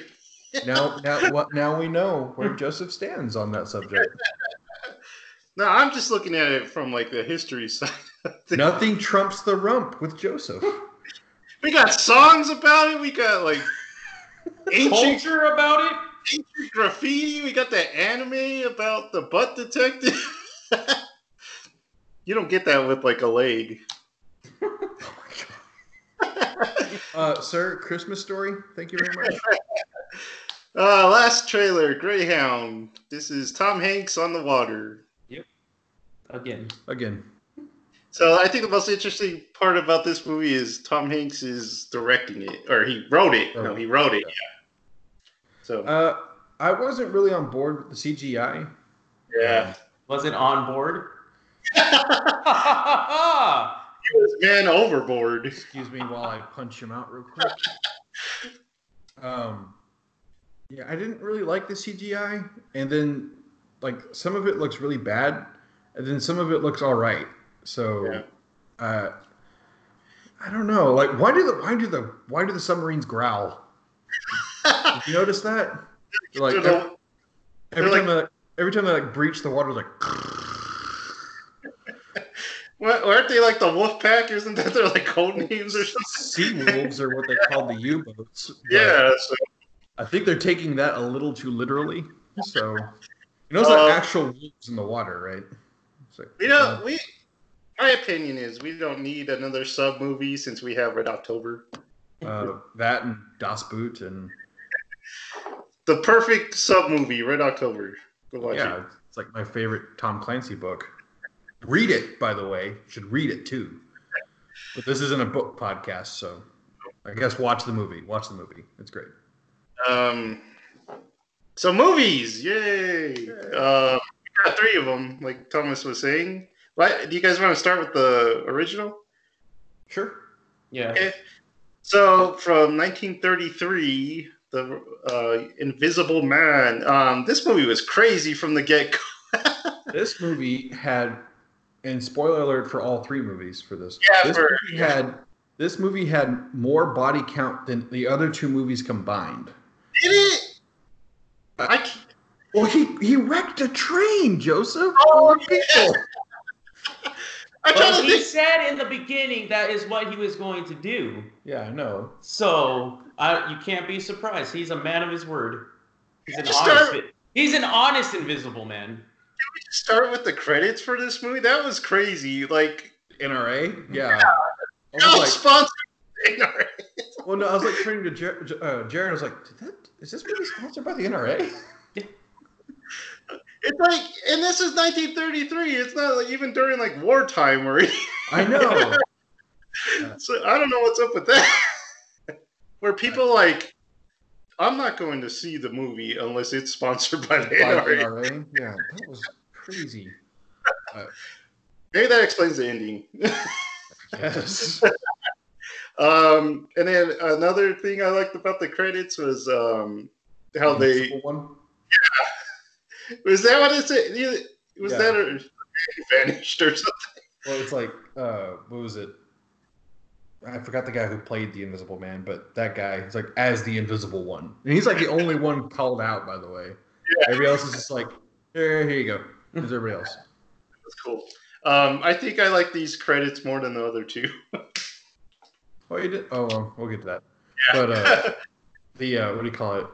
Speaker 1: Now, now, what? Now we know where Joseph stands on that subject.
Speaker 3: No, I'm just looking at it from like the history side.
Speaker 1: Nothing trumps the rump with Joseph.
Speaker 3: We got songs about it. We
Speaker 1: <laughs>
Speaker 3: got like ancient
Speaker 2: Culture about it?
Speaker 3: graffiti. We got that anime about the butt detective. <laughs> you don't get that with like a leg.
Speaker 1: Uh, sir, Christmas story. Thank you very much.
Speaker 3: Uh, last trailer, Greyhound. This is Tom Hanks on the water.
Speaker 2: Again,
Speaker 1: Again,
Speaker 3: So I think the most interesting part about this movie is Tom Hanks is directing it, or he wrote it. No, he wrote it. Yeah. So
Speaker 1: uh, I wasn't really on board with the CGI.
Speaker 3: yeah,
Speaker 2: wasn't on board. <laughs>
Speaker 3: he was man overboard.
Speaker 1: Excuse me while I punch him out real quick. Um, yeah, I didn't really like the CGI, and then like some of it looks really bad, and then some of it looks all right. So,
Speaker 3: Yeah.
Speaker 1: uh, I don't know. Like, why do the why do the why do the submarines growl? Did you notice
Speaker 3: <laughs>
Speaker 1: that? Like
Speaker 3: They're
Speaker 1: every, every
Speaker 3: the- they're
Speaker 1: time they, every time they like breach the water, like
Speaker 3: wa- aren't they like the Wolf Pack? Isn't <laughs> that their like code names or something?
Speaker 1: <laughs> sea wolves are what they call the U boats.
Speaker 3: Yeah. So
Speaker 1: I think they're taking that a little too literally. So, you know, it's
Speaker 3: Uh,
Speaker 1: like actual wolves in the water, right? It's like,
Speaker 3: we don't. We. My opinion is we don't need another sub movie since we have Red October.
Speaker 1: uh, that and Das Boot and
Speaker 3: The perfect sub movie, Red October. Go watch
Speaker 1: yeah,
Speaker 3: it.
Speaker 1: it's like my favorite Tom Clancy book. Read it, by the way. You should read it too. But this isn't a book podcast, so I guess watch the movie. Watch the movie. It's great.
Speaker 3: Um, so movies, yay! Uh, we got three of them, like Thomas was saying. What do you guys want to start with the original?
Speaker 1: Sure.
Speaker 2: yeah.
Speaker 3: Okay. So from 1933, the uh, Invisible Man. Um, this movie was crazy from the get go.
Speaker 1: This movie had, and spoiler alert for all three movies for this.
Speaker 3: Yeah,
Speaker 1: this
Speaker 3: for-
Speaker 1: movie had this movie had more body count than the other two movies combined.
Speaker 3: Did it? I can't-
Speaker 1: Well, he he wrecked a train, Joseph.
Speaker 3: Oh,
Speaker 1: Poor people.
Speaker 3: I'm trying
Speaker 2: But
Speaker 3: to
Speaker 2: he
Speaker 3: think.
Speaker 2: said in the beginning that is what he was going to do.
Speaker 1: Yeah, I know.
Speaker 2: So I, you can't be surprised. He's a man of his word. He's an
Speaker 3: Just
Speaker 2: honest.
Speaker 3: start-
Speaker 2: He's an honest invisible man. <laughs>
Speaker 3: Start with the credits for this movie. That was crazy. Like,
Speaker 1: NRA. Yeah. I
Speaker 3: no
Speaker 1: was
Speaker 3: sponsor.
Speaker 1: like, well, no, I was like turning to Jer- J- uh, Jared. I was like, Did that, is this movie sponsored by the
Speaker 3: <laughs>
Speaker 1: NRA?
Speaker 3: <laughs> It's like, and this is 1933. It's not like even during like wartime or
Speaker 1: I know.
Speaker 3: <laughs> so I don't know what's up with that. <laughs> Where people like, I'm not going to see the movie unless it's sponsored by the
Speaker 1: By
Speaker 3: NRA.
Speaker 1: NRA. Yeah, that was crazy.
Speaker 3: Maybe that explains the ending.
Speaker 1: Yes.
Speaker 3: Um, and then another thing I liked about the credits was um, how they
Speaker 1: One.
Speaker 3: was that what it said? You- Was
Speaker 1: Yeah.
Speaker 3: that or <laughs> vanished or something?
Speaker 1: Well, it's like, uh, what was it? I forgot the guy who played the Invisible Man, but that guy is like as the Invisible One, and he's like the only one called out. By the way, everybody else is just like, here, here you go. Here's everybody else.
Speaker 3: That's cool. Um, I think I like these credits more than the other two.
Speaker 1: Oh, you did. Oh, well, we'll get to that. But uh,
Speaker 3: <laughs>
Speaker 1: the uh, what do you call it?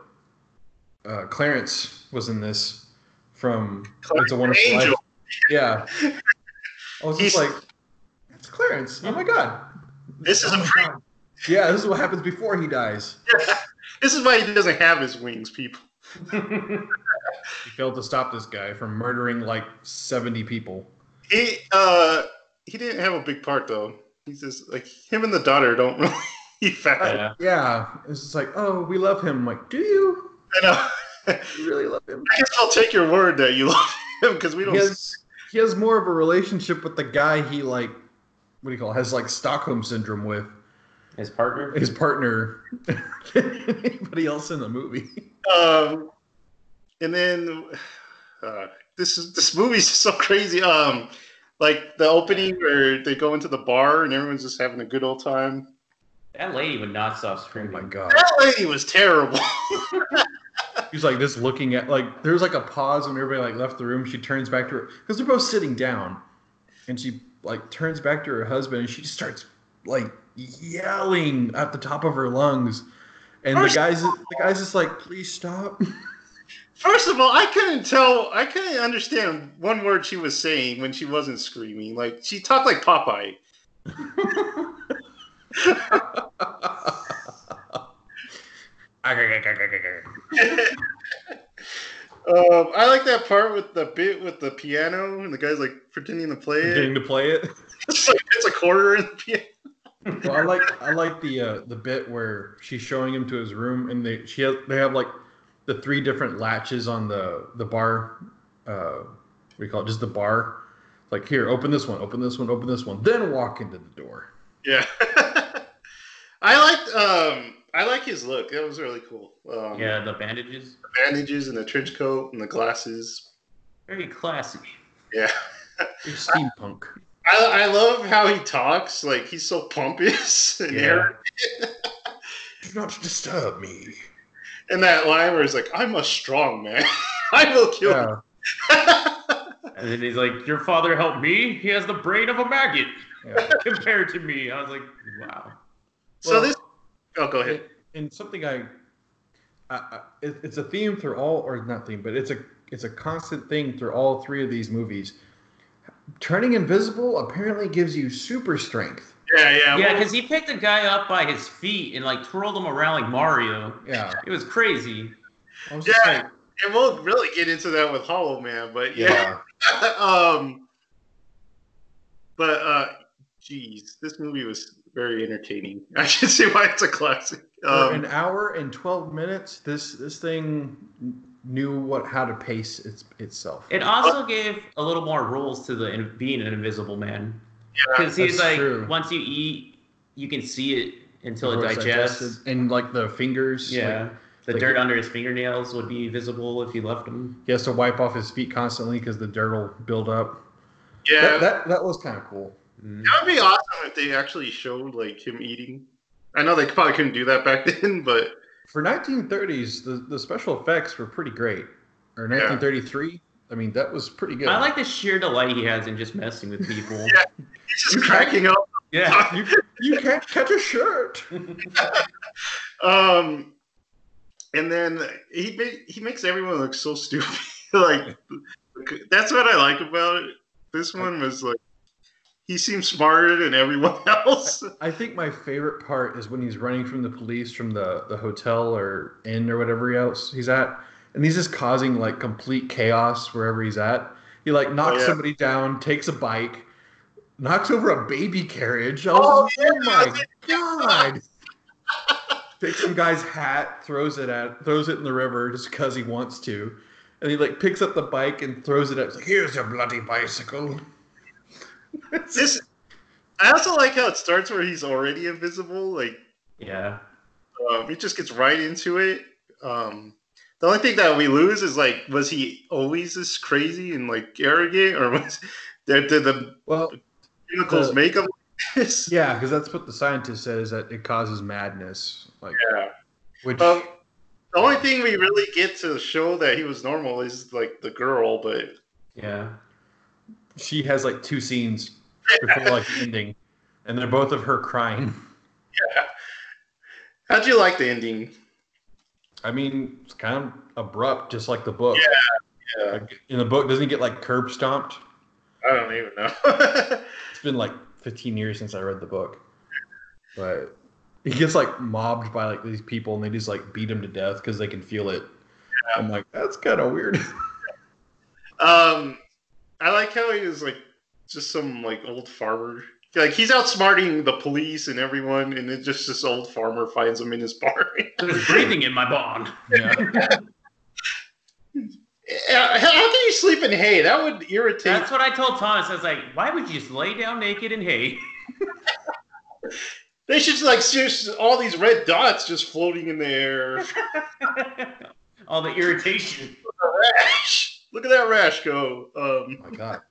Speaker 1: Uh, Clarence was in this from It's a Wonderful
Speaker 3: Angel.
Speaker 1: Life. Yeah, I was just
Speaker 3: He's-
Speaker 1: like, it's Clarence. Oh my god,
Speaker 3: This is
Speaker 1: Oh
Speaker 3: a
Speaker 1: my
Speaker 3: pre-
Speaker 1: God. Yeah, this is what happens before he dies.
Speaker 3: This is why he doesn't have his wings, people.
Speaker 1: He failed to stop this guy from murdering like 70 people.
Speaker 3: He uh he didn't have a big part though. He's just like him and the daughter don't <laughs> really factor.
Speaker 2: yeah.
Speaker 1: Yeah, it's just like, oh, we love him. I'm like, do you?
Speaker 3: I know.
Speaker 1: You really love him?
Speaker 3: uh, I guess I'll take your word that you <laughs> love him because we don't.
Speaker 1: He has, he has more of a relationship with the guy he like, what do you call it? Has like Stockholm syndrome with
Speaker 2: His partner.
Speaker 1: his partner <laughs> than anybody else in the movie. <laughs>
Speaker 3: Um, and then uh, this is this movie's so crazy. Um, like the opening where they go into the bar and everyone's just having a good old time.
Speaker 2: That lady would not stop
Speaker 1: Oh
Speaker 2: screaming.
Speaker 1: my god.
Speaker 3: That lady was terrible.
Speaker 1: He's like just looking at like there was like a pause when everybody like left the room. She turns back to her because they're both sitting down, and she like turns back to her husband and she just starts like yelling at the top of her lungs, and the
Speaker 3: First-
Speaker 1: guys the guys just like please stop. <laughs>
Speaker 3: First of all, I couldn't tell. I couldn't understand one word she was saying when she wasn't screaming. Like she talked like Popeye.
Speaker 1: I
Speaker 2: Oh
Speaker 3: Um, I like that part with the bit with the piano and the guy's like pretending to play it.
Speaker 4: Getting to play it.
Speaker 3: <laughs> It's like it's a quarter in the piano.
Speaker 1: Well, I like I like the uh, the bit where she's showing him to his room, and they she has, they have like the three different latches on the the bar. Uh, what do you call it? Just the bar. Like here, open this one, open this one, open this one, then walk into the door.
Speaker 3: Yeah. <laughs> I liked um I like his look. That was really cool. Um,
Speaker 2: Yeah, the bandages.
Speaker 3: the bandages and the trench coat and the glasses.
Speaker 2: Very classy.
Speaker 3: Yeah.
Speaker 1: It's steampunk.
Speaker 3: I, I love how he talks. Like he's so pompous <laughs> and
Speaker 2: Yeah.
Speaker 3: arrogant.
Speaker 1: Do not disturb me.
Speaker 3: And that line where he's like, "I'm a strong man. <laughs> I will kill."
Speaker 1: Yeah,
Speaker 2: And then he's like, Your father helped me? He has the brain of a maggot
Speaker 1: yeah.
Speaker 2: <laughs> compared to me. I was like, Wow.
Speaker 3: So
Speaker 1: Well-
Speaker 3: this. Oh, go ahead.
Speaker 1: and, and something I, I, I it, it's a theme through all or not theme, but it's a it's a constant thing through all three of these movies. Turning invisible apparently gives you super strength.
Speaker 3: Yeah, yeah.
Speaker 2: Yeah,
Speaker 3: well,
Speaker 2: because he picked a guy up by his feet and like twirled him around like Mario.
Speaker 1: Yeah,
Speaker 2: It was crazy.
Speaker 1: I was just
Speaker 3: Yeah.
Speaker 1: like,
Speaker 3: and we'll really get into that with Hollow Man, but yeah. <laughs>
Speaker 1: yeah,
Speaker 3: um. But uh, geez, this movie was very entertaining. <laughs> I can see why it's a classic.
Speaker 1: for an
Speaker 3: Um,
Speaker 1: hour and twelve minutes, this this thing knew what how to pace its itself.
Speaker 2: It also gave a little more rules to the in- being an invisible man.
Speaker 3: Yeah,
Speaker 2: Because he's
Speaker 1: that's
Speaker 2: like,
Speaker 1: true.
Speaker 2: once you eat, you can see it until it
Speaker 1: Before it's
Speaker 2: digests.
Speaker 1: digested, and like the fingers.
Speaker 2: Yeah.
Speaker 1: like,
Speaker 2: the
Speaker 1: like-
Speaker 2: dirt under his fingernails would be visible if he left them.
Speaker 1: he has to wipe off his feet constantly because the dirt will build up.
Speaker 3: yeah,
Speaker 1: That,
Speaker 3: that,
Speaker 1: that that was kind of cool.
Speaker 3: would be awesome if they actually showed like him eating. I know they probably couldn't do that back <laughs> then, but
Speaker 1: for 1930s the, the special effects were pretty great or 1933 i mean that was pretty good
Speaker 2: I like the sheer delight he has in just messing
Speaker 1: <laughs>
Speaker 2: with people.
Speaker 3: he's just cracking up.
Speaker 2: yeah.
Speaker 1: you, you can't catch a shirt
Speaker 3: Um, and then he ma- he makes everyone look so stupid. <laughs> like that's what I like about it. This one was like he seems smarter than everyone <laughs> else.
Speaker 1: i think my favorite part is when he's running from the police from the, the hotel or inn or whatever else he's at and he's just causing like complete chaos wherever he's at he like knocks
Speaker 3: Oh, yeah.
Speaker 1: somebody down takes a bike knocks over a baby carriage I
Speaker 3: Oh,
Speaker 1: was like,
Speaker 3: yeah.
Speaker 1: oh my god takes some guy's hat, throws it at, throws it in the river just because he wants to, and he like picks up the bike and throws it at. It's like, here's your bloody bicycle.
Speaker 3: this I also like how it starts where he's already invisible. Like
Speaker 2: Yeah.
Speaker 3: um, it just gets right into it. Um, the only thing that we lose is like, was he always this crazy and like arrogant, or was did, did the
Speaker 1: Well,
Speaker 3: chemicals
Speaker 1: The-
Speaker 3: make him like this?
Speaker 1: yeah, because that's what the scientist says that it causes madness. Like,
Speaker 3: Yeah.
Speaker 1: which
Speaker 3: Um, the only thing we really get to show that he was normal is like the girl, but
Speaker 2: Yeah.
Speaker 1: she has like two scenes before like the ending, and they're both of her crying.
Speaker 3: how'd you like the ending?
Speaker 1: I mean, it's kind of abrupt, just like the book.
Speaker 3: Yeah.
Speaker 1: Like, in the book, doesn't he get like curb stomped?
Speaker 3: I don't even know. <laughs>
Speaker 1: it's been like 15 years since I read the book, but he gets like mobbed by like these people and they just like beat him to death because they can feel it. I'm like, that's kind of weird. <laughs>
Speaker 3: um, I like how he was like just some like old farmer. Like he's outsmarting the police and everyone, and then just this old farmer finds him in his bar.
Speaker 2: There's breathing in my bond.
Speaker 1: yeah.
Speaker 3: <laughs>
Speaker 1: oh
Speaker 3: Yeah, how how can you sleep in hay? That would irritate.
Speaker 2: <laughs> That's what I told Thomas. I was like, why would you just lay down naked in hay?
Speaker 3: they should like just all these red dots just floating in the air.
Speaker 2: All the irritation.
Speaker 3: rash. Look at that rash go. Um,
Speaker 1: my God.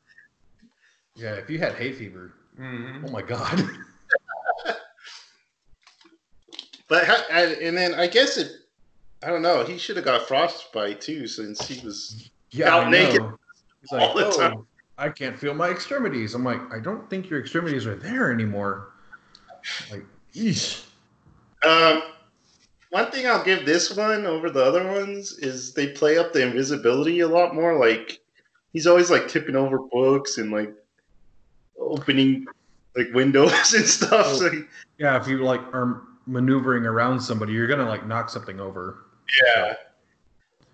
Speaker 1: Yeah. If you had hay fever,
Speaker 2: hmm
Speaker 1: oh my God. <laughs>
Speaker 3: But ha- and and then I guess it. I don't know. He should have got frostbite too, since he was.
Speaker 1: Yeah.
Speaker 3: Out
Speaker 1: I
Speaker 3: naked
Speaker 1: know. He's like,
Speaker 3: all the
Speaker 1: "Oh,
Speaker 3: time."
Speaker 1: I can't feel my extremities. I'm like, I don't think your extremities are there anymore. Like, eesh.
Speaker 3: Um, one thing I'll give this one over the other ones is they play up the invisibility a lot more. Like he's always like tipping over books and like opening like windows <laughs> and stuff.
Speaker 1: Oh.
Speaker 3: So he-
Speaker 1: Yeah, if you like are maneuvering around somebody, you're gonna like knock something over.
Speaker 3: Yeah.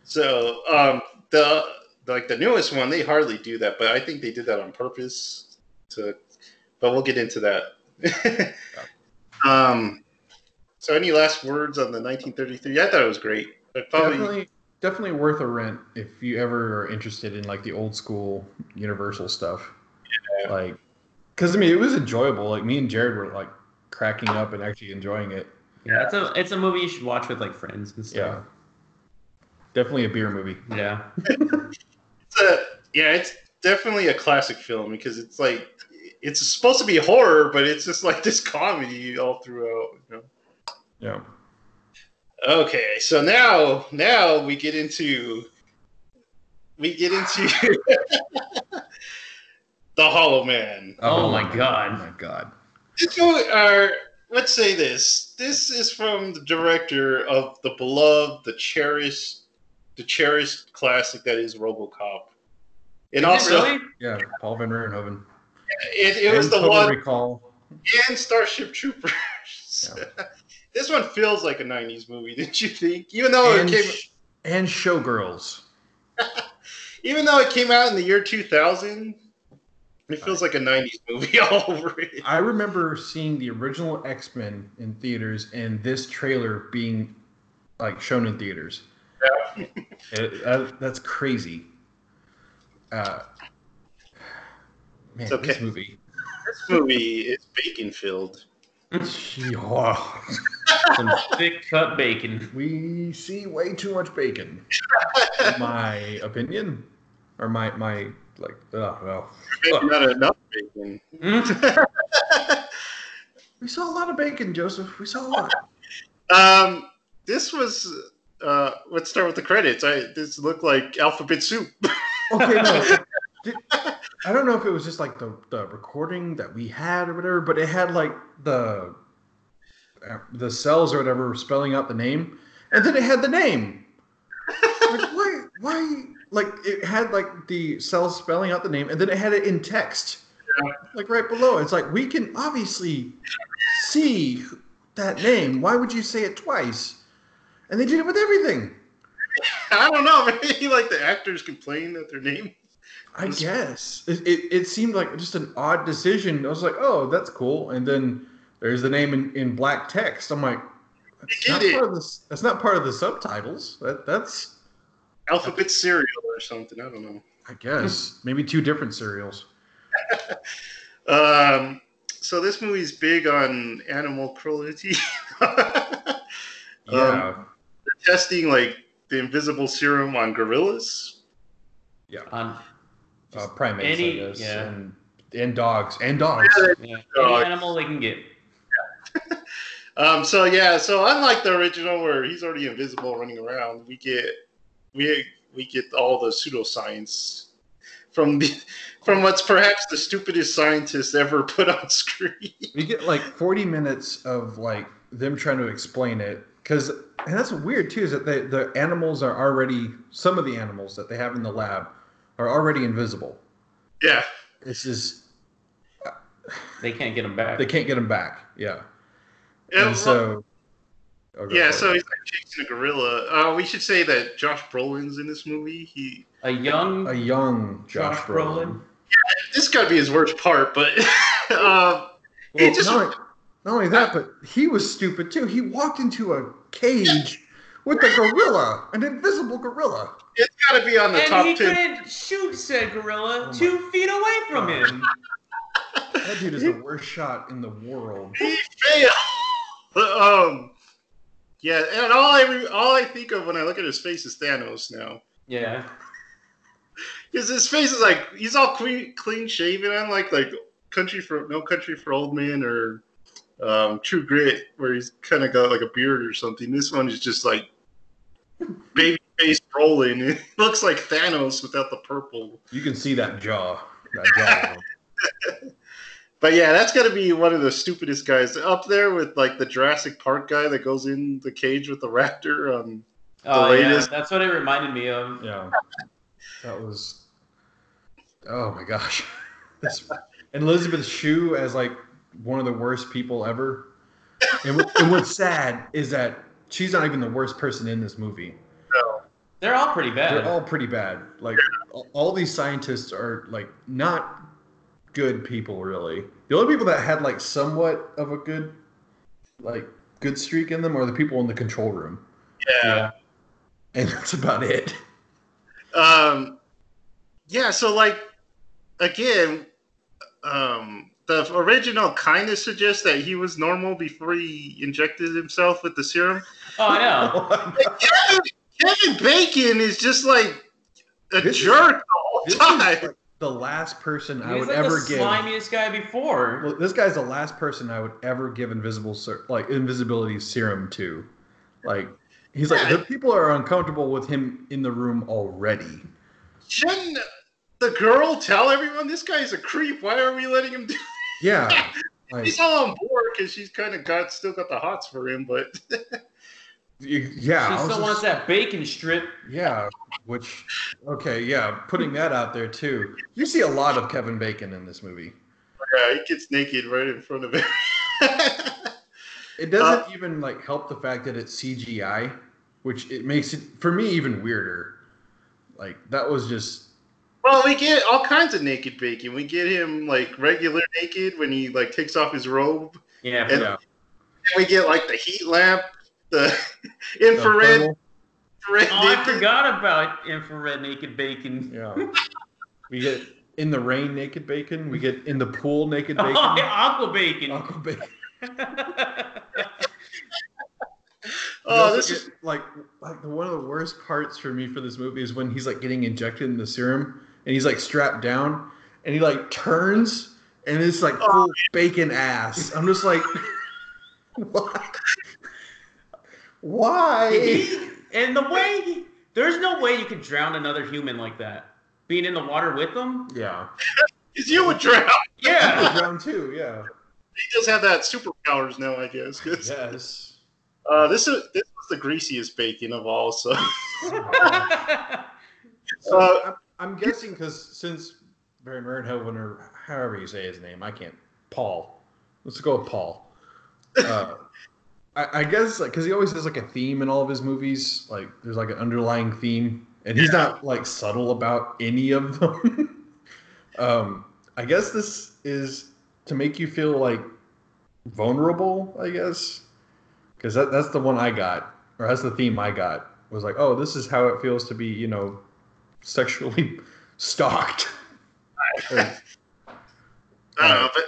Speaker 3: So um, the like the newest one, they hardly do that, but I think they did that on purpose. To, but we'll get into that. <laughs> um, so any last words on the 1933? I thought it was great. I'd probably
Speaker 1: Definitely, definitely worth a rent if you ever are interested in like the old school Universal stuff.
Speaker 3: Yeah.
Speaker 1: Like, because I mean, it was enjoyable. Like me and Jared were like cracking up and actually enjoying it.
Speaker 2: Yeah, it's a it's a movie you should watch with like friends and stuff.
Speaker 1: Definitely a beer movie.
Speaker 2: Yeah. Yeah.
Speaker 3: it's a, yeah, it's definitely a classic film because it's like it's supposed to be horror, but it's just like <laughs> this comedy all throughout. You know?
Speaker 1: Yeah.
Speaker 3: Okay, so now now we get into we get into <laughs> the Hollow Man.
Speaker 2: Oh my God.
Speaker 1: Oh my god.
Speaker 3: This movie, or let's say this. This is from the director of the beloved, the cherished, the cherished classic that is RoboCop, and
Speaker 2: Is it
Speaker 3: also
Speaker 2: really?
Speaker 1: Yeah, Paul Van Rurenhoven.
Speaker 3: it, it was
Speaker 1: And
Speaker 3: the
Speaker 1: Total
Speaker 3: one
Speaker 1: Recall.
Speaker 3: and Starship Troopers. <laughs> this one feels like a '90s movie, didn't you think? Even though
Speaker 1: and,
Speaker 3: it came.
Speaker 1: sh- and Showgirls.
Speaker 3: even though it came out in the year 2000 it feels like a 90s movie <laughs> all over it
Speaker 1: I remember seeing the original X Men in theaters and this trailer being like shown in theaters. It- that- that's crazy. Uh, man,
Speaker 3: It's okay.
Speaker 1: this <laughs> movie.
Speaker 3: this movie is bacon filled
Speaker 1: Yeah.
Speaker 2: <laughs> Some thick cut bacon.
Speaker 1: we see way too much bacon.
Speaker 3: <laughs>
Speaker 1: In my opinion, or my my like. Oh, well.
Speaker 3: maybe not enough bacon
Speaker 2: Mm.
Speaker 1: We saw a lot of bacon, Joseph. We saw a lot.
Speaker 3: um this was uh let's start with the credits i this looked like alphabet soup <laughs>
Speaker 1: Okay, no. Did- I don't know if it was just like the, the recording that we had or whatever, but it had like the uh, the cells or whatever spelling out the name, and then it had the name. Like, why? Why? Like it had like the cells spelling out the name, and then it had it in text, like right below. It's like we can obviously see that name. Why would you say it twice? And they did it with everything.
Speaker 3: i don't know <laughs> maybe like the actors complain that their name
Speaker 1: I
Speaker 3: was-
Speaker 1: guess it, it, it seemed like just an odd decision. I was like, oh, that's cool. And then there's the name in, in black text. I'm like, that's
Speaker 3: did
Speaker 1: not,
Speaker 3: it.
Speaker 1: part of the, s- that's not part of the subtitles. That that's
Speaker 3: alphabet cereal or something i don't know
Speaker 1: I guess maybe two different cereals.
Speaker 3: Um, so this movie's big on animal cruelty. <laughs> Um,
Speaker 1: Yeah,
Speaker 3: testing like the invisible serum on gorillas.
Speaker 2: On
Speaker 1: uh, primates,
Speaker 2: any-
Speaker 1: I guess,
Speaker 2: yeah.
Speaker 1: and and dogs and dogs.
Speaker 2: yeah,
Speaker 3: Oh,
Speaker 2: any
Speaker 3: it's-
Speaker 2: animal they can get.
Speaker 3: Um, so yeah, so unlike the original where he's already invisible running around, we get we we get all the pseudoscience from the from what's perhaps the stupidest scientist ever put on screen. <laughs>
Speaker 1: You get like 40 minutes of like them trying to explain it because and that's weird too is that they, the animals are already some of the animals that they have in the lab are already invisible.
Speaker 3: yeah.
Speaker 1: It's just
Speaker 2: They can't get them back.
Speaker 1: they can't get him back. Yeah,
Speaker 3: Yeah,
Speaker 1: and so Oh, go
Speaker 3: yeah,
Speaker 1: for
Speaker 3: so
Speaker 1: it.
Speaker 3: he's like chasing a gorilla. Uh, we should say that Josh Brolin's in this movie. He
Speaker 2: a young
Speaker 1: a young
Speaker 2: Josh, Brolin.
Speaker 3: this got to be his worst part, but <laughs> um, He
Speaker 1: Well,
Speaker 3: just-
Speaker 1: not, not only that, but he was stupid too. He walked into a cage with a gorilla, an invisible gorilla.
Speaker 3: it's got to be on the
Speaker 2: And he
Speaker 3: top ten.
Speaker 2: couldn't shoot said
Speaker 1: Oh
Speaker 2: gorilla
Speaker 1: my-
Speaker 2: two feet away from him.
Speaker 1: That dude is the worst shot in the world.
Speaker 3: He failed. um, yeah, and all I re- all I think of when I look at his face is Thanos now,
Speaker 2: Yeah.
Speaker 3: because his face is like he's all clean clean shaven. I'm like like country for no country for old man or um, True Grit, where he's kind of got like a beard or something. This one is just like baby face rolling. <laughs> It looks like Thanos without the purple.
Speaker 1: You can see that jaw. That
Speaker 3: But yeah, that's got to be one of the stupidest guys up there with like the Jurassic Park guy that goes in the cage with the raptor. Um,
Speaker 2: Oh, yeah.
Speaker 3: latest-
Speaker 2: That's what it reminded me
Speaker 1: jaw.
Speaker 2: of.
Speaker 1: yeah, that was. Oh my gosh, <laughs> This- and Elizabeth Shue as like one of the worst people ever. and, wh- and what's sad is that she's not even the worst person in this movie.
Speaker 2: They're all pretty bad.
Speaker 1: They're all pretty bad. Like all- all these scientists are like not good people really. The only people that had like somewhat of a good like good streak in them are the people in the control room.
Speaker 2: yeah.
Speaker 1: And that's about it.
Speaker 3: um yeah so like again um the original kind of suggests that he was normal before he injected himself with the serum
Speaker 2: Oh, I
Speaker 1: <laughs>
Speaker 2: know.
Speaker 3: kevin, kevin bacon is just like a
Speaker 1: This is-
Speaker 3: jerk the
Speaker 1: this is
Speaker 3: whole time
Speaker 1: like the last person I
Speaker 2: He's
Speaker 1: would
Speaker 2: like
Speaker 1: ever
Speaker 2: the
Speaker 1: give.
Speaker 2: slimiest guy before.
Speaker 1: Well, this guy's the last person I would ever give invisible ser- like invisibility serum to. Like he's like the people are uncomfortable with him in the room already.
Speaker 3: shouldn't the girl tell everyone this guy's a creep why are we letting him do
Speaker 1: Yeah. <laughs> Like,
Speaker 3: he's all on board because she's kind of got still got the hots for him but
Speaker 1: y- yeah. I
Speaker 2: she
Speaker 1: was
Speaker 2: still
Speaker 1: just-
Speaker 2: wants that bacon strip.
Speaker 1: Yeah, which okay, yeah, putting that out there too. You see a lot of Kevin Bacon in this movie.
Speaker 3: yeah, he gets naked right in front of <laughs> him
Speaker 1: It doesn't
Speaker 2: Uh,
Speaker 1: even like help the fact that it's CGI, which it makes it for me even weirder. Like that was just
Speaker 3: Well, we get all kinds of naked bacon. We get him like regular naked when he like takes off his robe.
Speaker 2: Yeah.
Speaker 3: And-
Speaker 1: yeah,
Speaker 3: And we get like the heat lamp, the <laughs>
Speaker 1: the
Speaker 3: infrared.
Speaker 1: thermal-
Speaker 3: infrared
Speaker 2: oh, I
Speaker 3: naked.
Speaker 2: forgot about infrared naked bacon.
Speaker 1: Yeah, we get in the rain naked bacon. We get in the pool
Speaker 3: <laughs>
Speaker 1: naked
Speaker 2: <laughs> Oh,
Speaker 1: bacon.
Speaker 2: aqua
Speaker 1: <laughs>
Speaker 2: bacon.
Speaker 1: Uncle Bacon. We
Speaker 3: Oh,
Speaker 1: also
Speaker 3: this
Speaker 1: get,
Speaker 3: is
Speaker 1: like like the- one of the worst parts for me for this movie is when he's like getting injected in the serum and he's like strapped down and he like turns and it's like
Speaker 3: Oh,
Speaker 1: full bacon ass. I'm just like, <laughs> why?
Speaker 3: <laughs>
Speaker 1: Why?
Speaker 2: He- <laughs> and the way he, there's no way you could drown another human like that. Being in the water with them.
Speaker 1: Yeah,
Speaker 3: because you would drown.
Speaker 2: Yeah. <laughs>
Speaker 1: round two. Yeah.
Speaker 3: He does have that superpowers now, I guess. 'cause, <laughs>
Speaker 1: Yes.
Speaker 3: uh, this is this was the greasiest bacon of all. So <laughs>
Speaker 1: So
Speaker 3: Uh,
Speaker 1: I'm, I'm guessing because since Baron Vernhoven or however you say his name, I can't. Paul. Let's go with Paul. Uh, I, I guess like because he always has like a theme in all of his movies. Like there's like an underlying theme, and he's not like subtle about any of them. <laughs> um, I guess this is to make you feel like vulnerable. I guess because that, that's the one I got, or that's the theme I got. Was like, oh, this is how it feels to be, you know, sexually <laughs>
Speaker 3: <laughs>
Speaker 1: stalked. Or-
Speaker 3: I don't know, but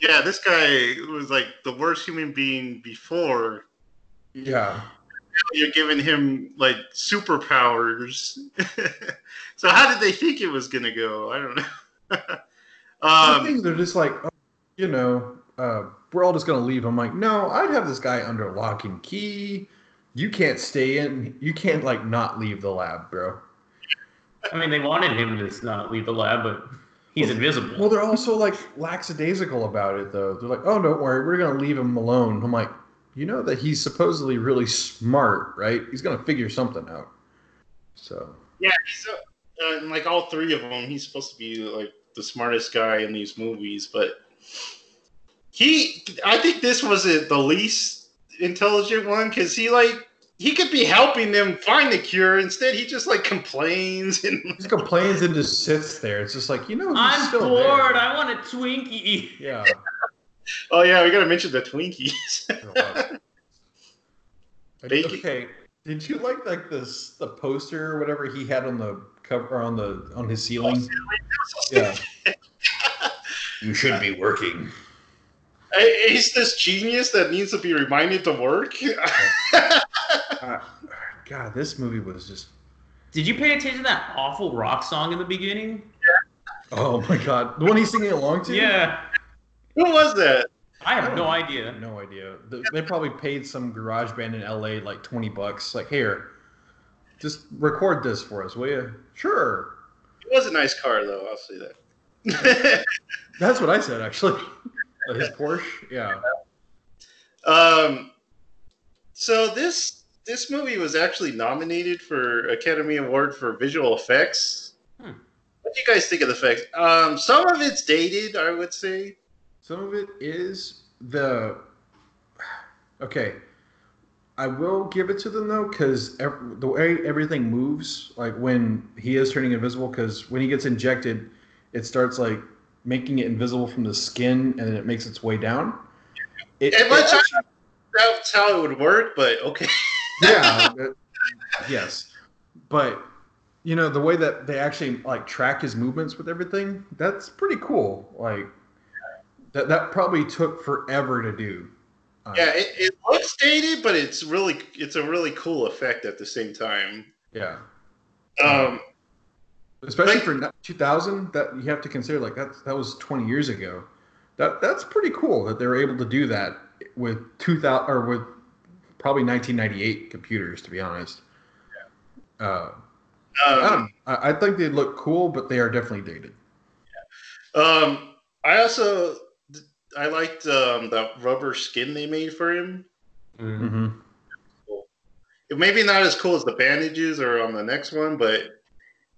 Speaker 3: yeah, this guy was like the worst human being before.
Speaker 1: yeah,
Speaker 3: You're giving him like superpowers. <laughs> so how did they think it was gonna go? I don't know. <laughs>
Speaker 1: I
Speaker 3: um,
Speaker 1: think they're just like, oh, you know, uh, we're all just gonna leave. I'm like, no, I'd have this guy under lock and key. You can't stay in. You can't like not leave the lab, bro.
Speaker 2: I mean, they wanted him to not leave the lab, but he's invisible.
Speaker 1: Well, they're also like lackadaisical about it, though. They're like, oh, don't worry, we're gonna leave him alone. I'm like, you know that he's supposedly really smart, right? He's gonna figure something out. So
Speaker 3: yeah, he's, uh, uh, and, like all three of them, he's supposed to be like the smartest guy in these movies, but he, I think this was it, the least intelligent one because he like he could be helping them find the cure. Instead, he just like complains and <laughs>
Speaker 1: he just complains and just sits there. It's just like, you know, he's
Speaker 2: I'm
Speaker 1: still
Speaker 2: bored.
Speaker 1: there.
Speaker 2: I want a Twinkie.
Speaker 1: Yeah.
Speaker 3: oh yeah, we gotta mention the Twinkies. <laughs>
Speaker 1: <laughs>
Speaker 3: Bacon.
Speaker 1: Okay. Did you like like this the poster or whatever he had on the cover on the on his ceiling? Yeah. <laughs> you should be working.
Speaker 3: I- He's this genius that needs to be reminded to work.
Speaker 1: Uh, God, this movie was just
Speaker 2: Did you pay attention to that awful rock song in the beginning?
Speaker 1: oh my god. The one he's singing along to?
Speaker 2: Yeah.
Speaker 3: Who was that?
Speaker 2: I have no
Speaker 1: I have
Speaker 2: idea.
Speaker 1: no idea. Th- They probably paid some garage band in LA like 20 bucks. Like, here, just record this for us, will you? Sure.
Speaker 3: It was a nice car though. I'll say that. <laughs>
Speaker 1: That's what I said, actually. <laughs> Like, His Porsche? Yeah.
Speaker 3: Um, so this this movie was actually nominated for Academy Award for visual effects.
Speaker 2: Hmm.
Speaker 3: What do you guys think of the effects? Um, some of it's dated, I would say.
Speaker 1: Some of it is the Okay. I will give it to them though, because ev- the way everything moves, like when he is turning invisible, because when he gets injected, it starts like making it invisible from the skin, and then it makes its way down. It,
Speaker 3: Am I
Speaker 1: it-
Speaker 3: talking- That's how it would work, but okay.
Speaker 1: yeah,
Speaker 3: <laughs>
Speaker 1: it- yes, but you know the way that they actually like track his movements with everything, that's pretty cool. Like that that probably took forever to do. Uh,
Speaker 3: Yeah, it, it looks dated, but it's really it's a really cool effect at the same time.
Speaker 1: yeah.
Speaker 3: Um,
Speaker 1: especially
Speaker 3: Like-
Speaker 1: for for 2000 that you have to consider like that's that was 20 years ago that that's pretty cool that they were able to do that with 2000 or with probably 1998 computers to be honest uh, I,
Speaker 3: um,
Speaker 1: don't, I, I think they look cool but they are definitely dated
Speaker 3: um, I also I liked um, the rubber skin they made for him.
Speaker 2: Mm.
Speaker 1: mm-hmm.
Speaker 3: Maybe not as cool as the bandages or on the next one, but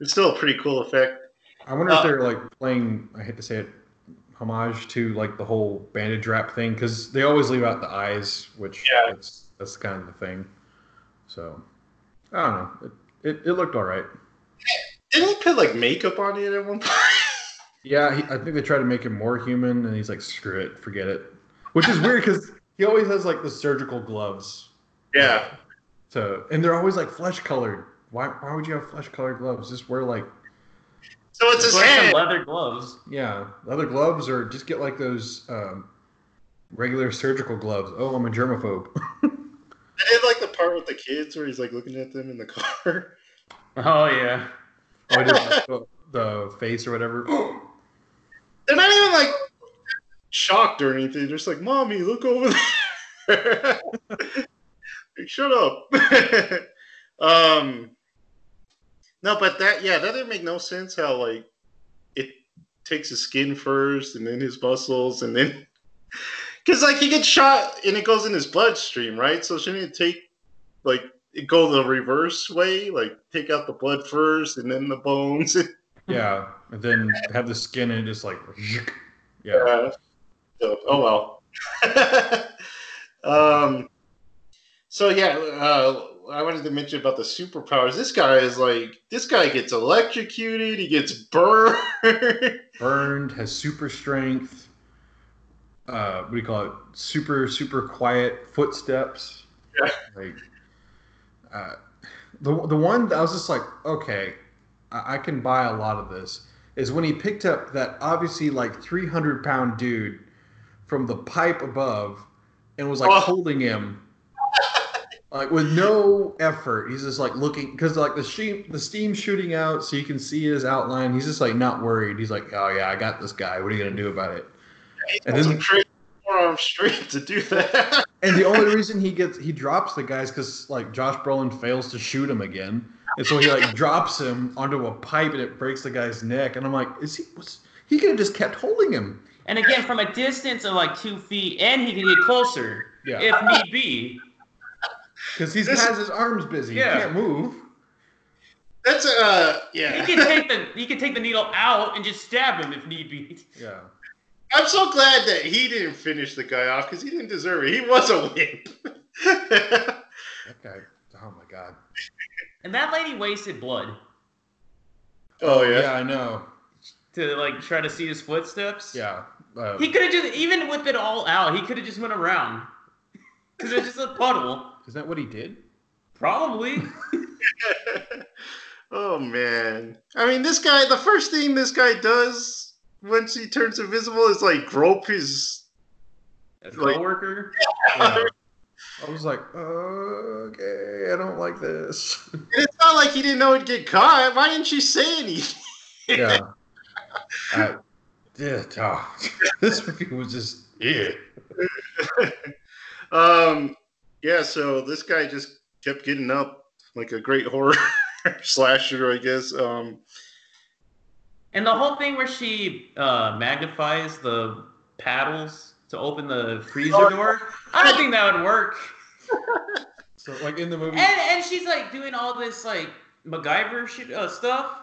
Speaker 3: it's still a pretty cool effect.
Speaker 1: i wonder
Speaker 3: Uh,
Speaker 1: if they're like playing i hate to say it homage to like the whole bandage wrap thing because they always leave out the eyes which
Speaker 3: Yeah.
Speaker 1: that's, that's kind of the thing so i don't know it, it, it looked all right
Speaker 3: Didn't he put like makeup on it at one point?
Speaker 1: Yeah, he, I think they try to make him more human, and he's like, "Screw it, forget it," which is weird because he always has like the surgical gloves.
Speaker 3: yeah,
Speaker 1: So, and they're always like flesh colored. Why? Why would you have flesh colored gloves? Just wear like
Speaker 3: so it's
Speaker 2: It's
Speaker 3: his
Speaker 2: like some
Speaker 3: hand.
Speaker 2: leather gloves.
Speaker 1: yeah, leather gloves, or just get like those um, regular surgical gloves. Oh, I'm a germaphobe. <laughs>
Speaker 3: I did like the part with the kids where he's like looking at them in the <laughs> car.
Speaker 2: Oh yeah.
Speaker 1: oh, I did like, the, the face or whatever.
Speaker 3: They're not even like shocked or anything. They're just like, "Mommy, look over there." <laughs> Like, Shut up. <laughs> um, no, but that yeah, that didn't make no sense. How like it takes his skin first, and then his muscles, and then <laughs> because like he gets shot and it goes in his bloodstream, right? So shouldn't it take like it go the reverse way, like take out the blood first and then the bones? <laughs>
Speaker 1: yeah, and then have the skin and just like, yeah.
Speaker 3: Uh, so, oh well. <laughs> um, so yeah, uh, I wanted to mention about the superpowers. This guy is like, this guy gets electrocuted. He gets burned.
Speaker 1: burned, has super strength. Uh, what do you call it? Super, super quiet footsteps.
Speaker 3: Yeah.
Speaker 1: Like, uh, the the one that I was just like, okay, I, I can buy a lot of this. Is when he picked up that obviously like three hundred pound dude from the pipe above, and was like
Speaker 3: Oh.
Speaker 1: holding him. Like with no effort, he's just like looking because like the sheep, the steam shooting out, so you can see his outline. He's just like not worried. He's like, "Oh yeah, I got this guy. What are you gonna do about it?"
Speaker 3: He's
Speaker 1: And
Speaker 3: got some
Speaker 1: then-
Speaker 3: crazy forearm strength to do that. <laughs>
Speaker 1: And the only reason he gets he drops the guys because like Josh Brolin fails to shoot him again, and so he like drops him onto a pipe and it breaks the guy's neck. And I'm like, is he? Was, he could have just kept holding him.
Speaker 2: And again, from a distance of like two feet, and he can get closer
Speaker 1: Yeah,
Speaker 2: if need be.
Speaker 1: because he
Speaker 3: This-
Speaker 1: has his arms busy.
Speaker 2: Yeah.
Speaker 1: He can't move.
Speaker 3: That's uh,
Speaker 2: He
Speaker 3: yeah.
Speaker 2: can take the he can take the needle out and just stab him if need be.
Speaker 1: Yeah.
Speaker 3: I'm so glad that he didn't finish the guy off because he didn't deserve it. He was a wimp. <laughs>
Speaker 1: That guy. Oh my god.
Speaker 2: And that lady wasted blood
Speaker 3: oh yeah.
Speaker 1: I know.
Speaker 2: to like try to see his footsteps.
Speaker 1: Yeah. Uh,
Speaker 2: He could have just even with it all out, he could have just went around. <laughs> Cause it's just a puddle.
Speaker 1: is that what he did?
Speaker 2: Probably.
Speaker 3: oh man. I mean this guy the first thing this guy does once he turns invisible is like grope his
Speaker 2: A
Speaker 3: Like-
Speaker 2: coworker.
Speaker 1: Yeah. I was like, okay, I don't like this.
Speaker 3: and it's not like he didn't know he'd get caught. Why didn't she say anything? <laughs>
Speaker 1: yeah. I, yeah, ah, <laughs> this movie was just yeah.
Speaker 3: Um yeah, so this guy just kept getting up like a great horror <laughs> slasher, I guess. Um
Speaker 2: And the whole thing where she uh, magnifies the paddles to open the freezer door. I don't think that would work. Mm.
Speaker 1: So like in the movie,
Speaker 2: And and she's like doing all this like MacGyver shit, uh, stuff.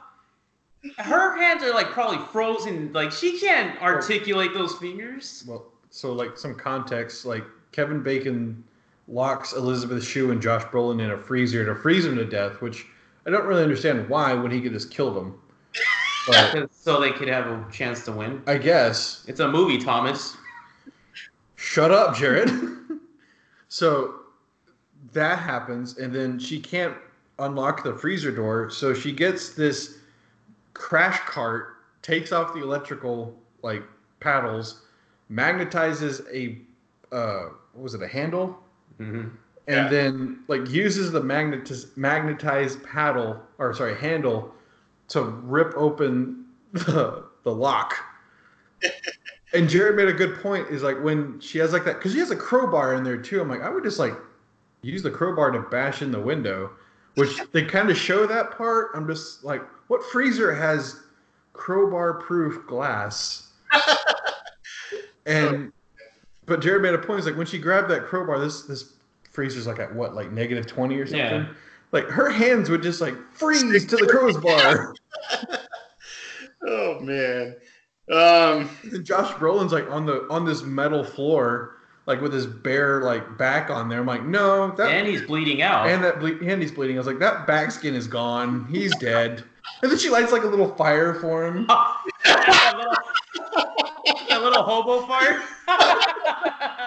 Speaker 2: Her hands are like probably frozen. Like she can't articulate those fingers.
Speaker 1: well, so like some context, like Kevin Bacon locks Elizabeth Shue and Josh Brolin in a freezer to freeze them to death, which I don't really understand why when he could just kill them. But
Speaker 2: so they could have a chance to win.
Speaker 1: I guess
Speaker 2: It's a movie, Thomas.
Speaker 1: shut up, Jared. <laughs> so that happens, and then she can't unlock the freezer door, so she gets this crash cart, takes off the electrical like paddles, magnetizes a uh, what was it, a handle,
Speaker 2: hmm
Speaker 1: and
Speaker 3: Yeah.
Speaker 1: then like uses the magnetiz- magnetized paddle or sorry handle to rip open <laughs> the, the lock and jared made a good point is like when she has like that because she has a crowbar in there too i'm like i would just like use the crowbar to bash in the window which they kind of show that part i'm just like what freezer has crowbar proof glass and but jared made a point he's like when she grabbed that crowbar this this freezer's like at what like negative 20 or something
Speaker 2: Yeah.
Speaker 1: like her hands would just like freeze to the crowbar
Speaker 3: Oh man. Um,
Speaker 1: <laughs> and josh brolin's like on the on this metal floor like with his bare like back on there i'm like no that
Speaker 2: and he's bleeding out.
Speaker 1: and that ble- and he's bleeding i was like that back skin is gone he's dead and then she lights like a little fire for him
Speaker 2: that, little, that little hobo fire.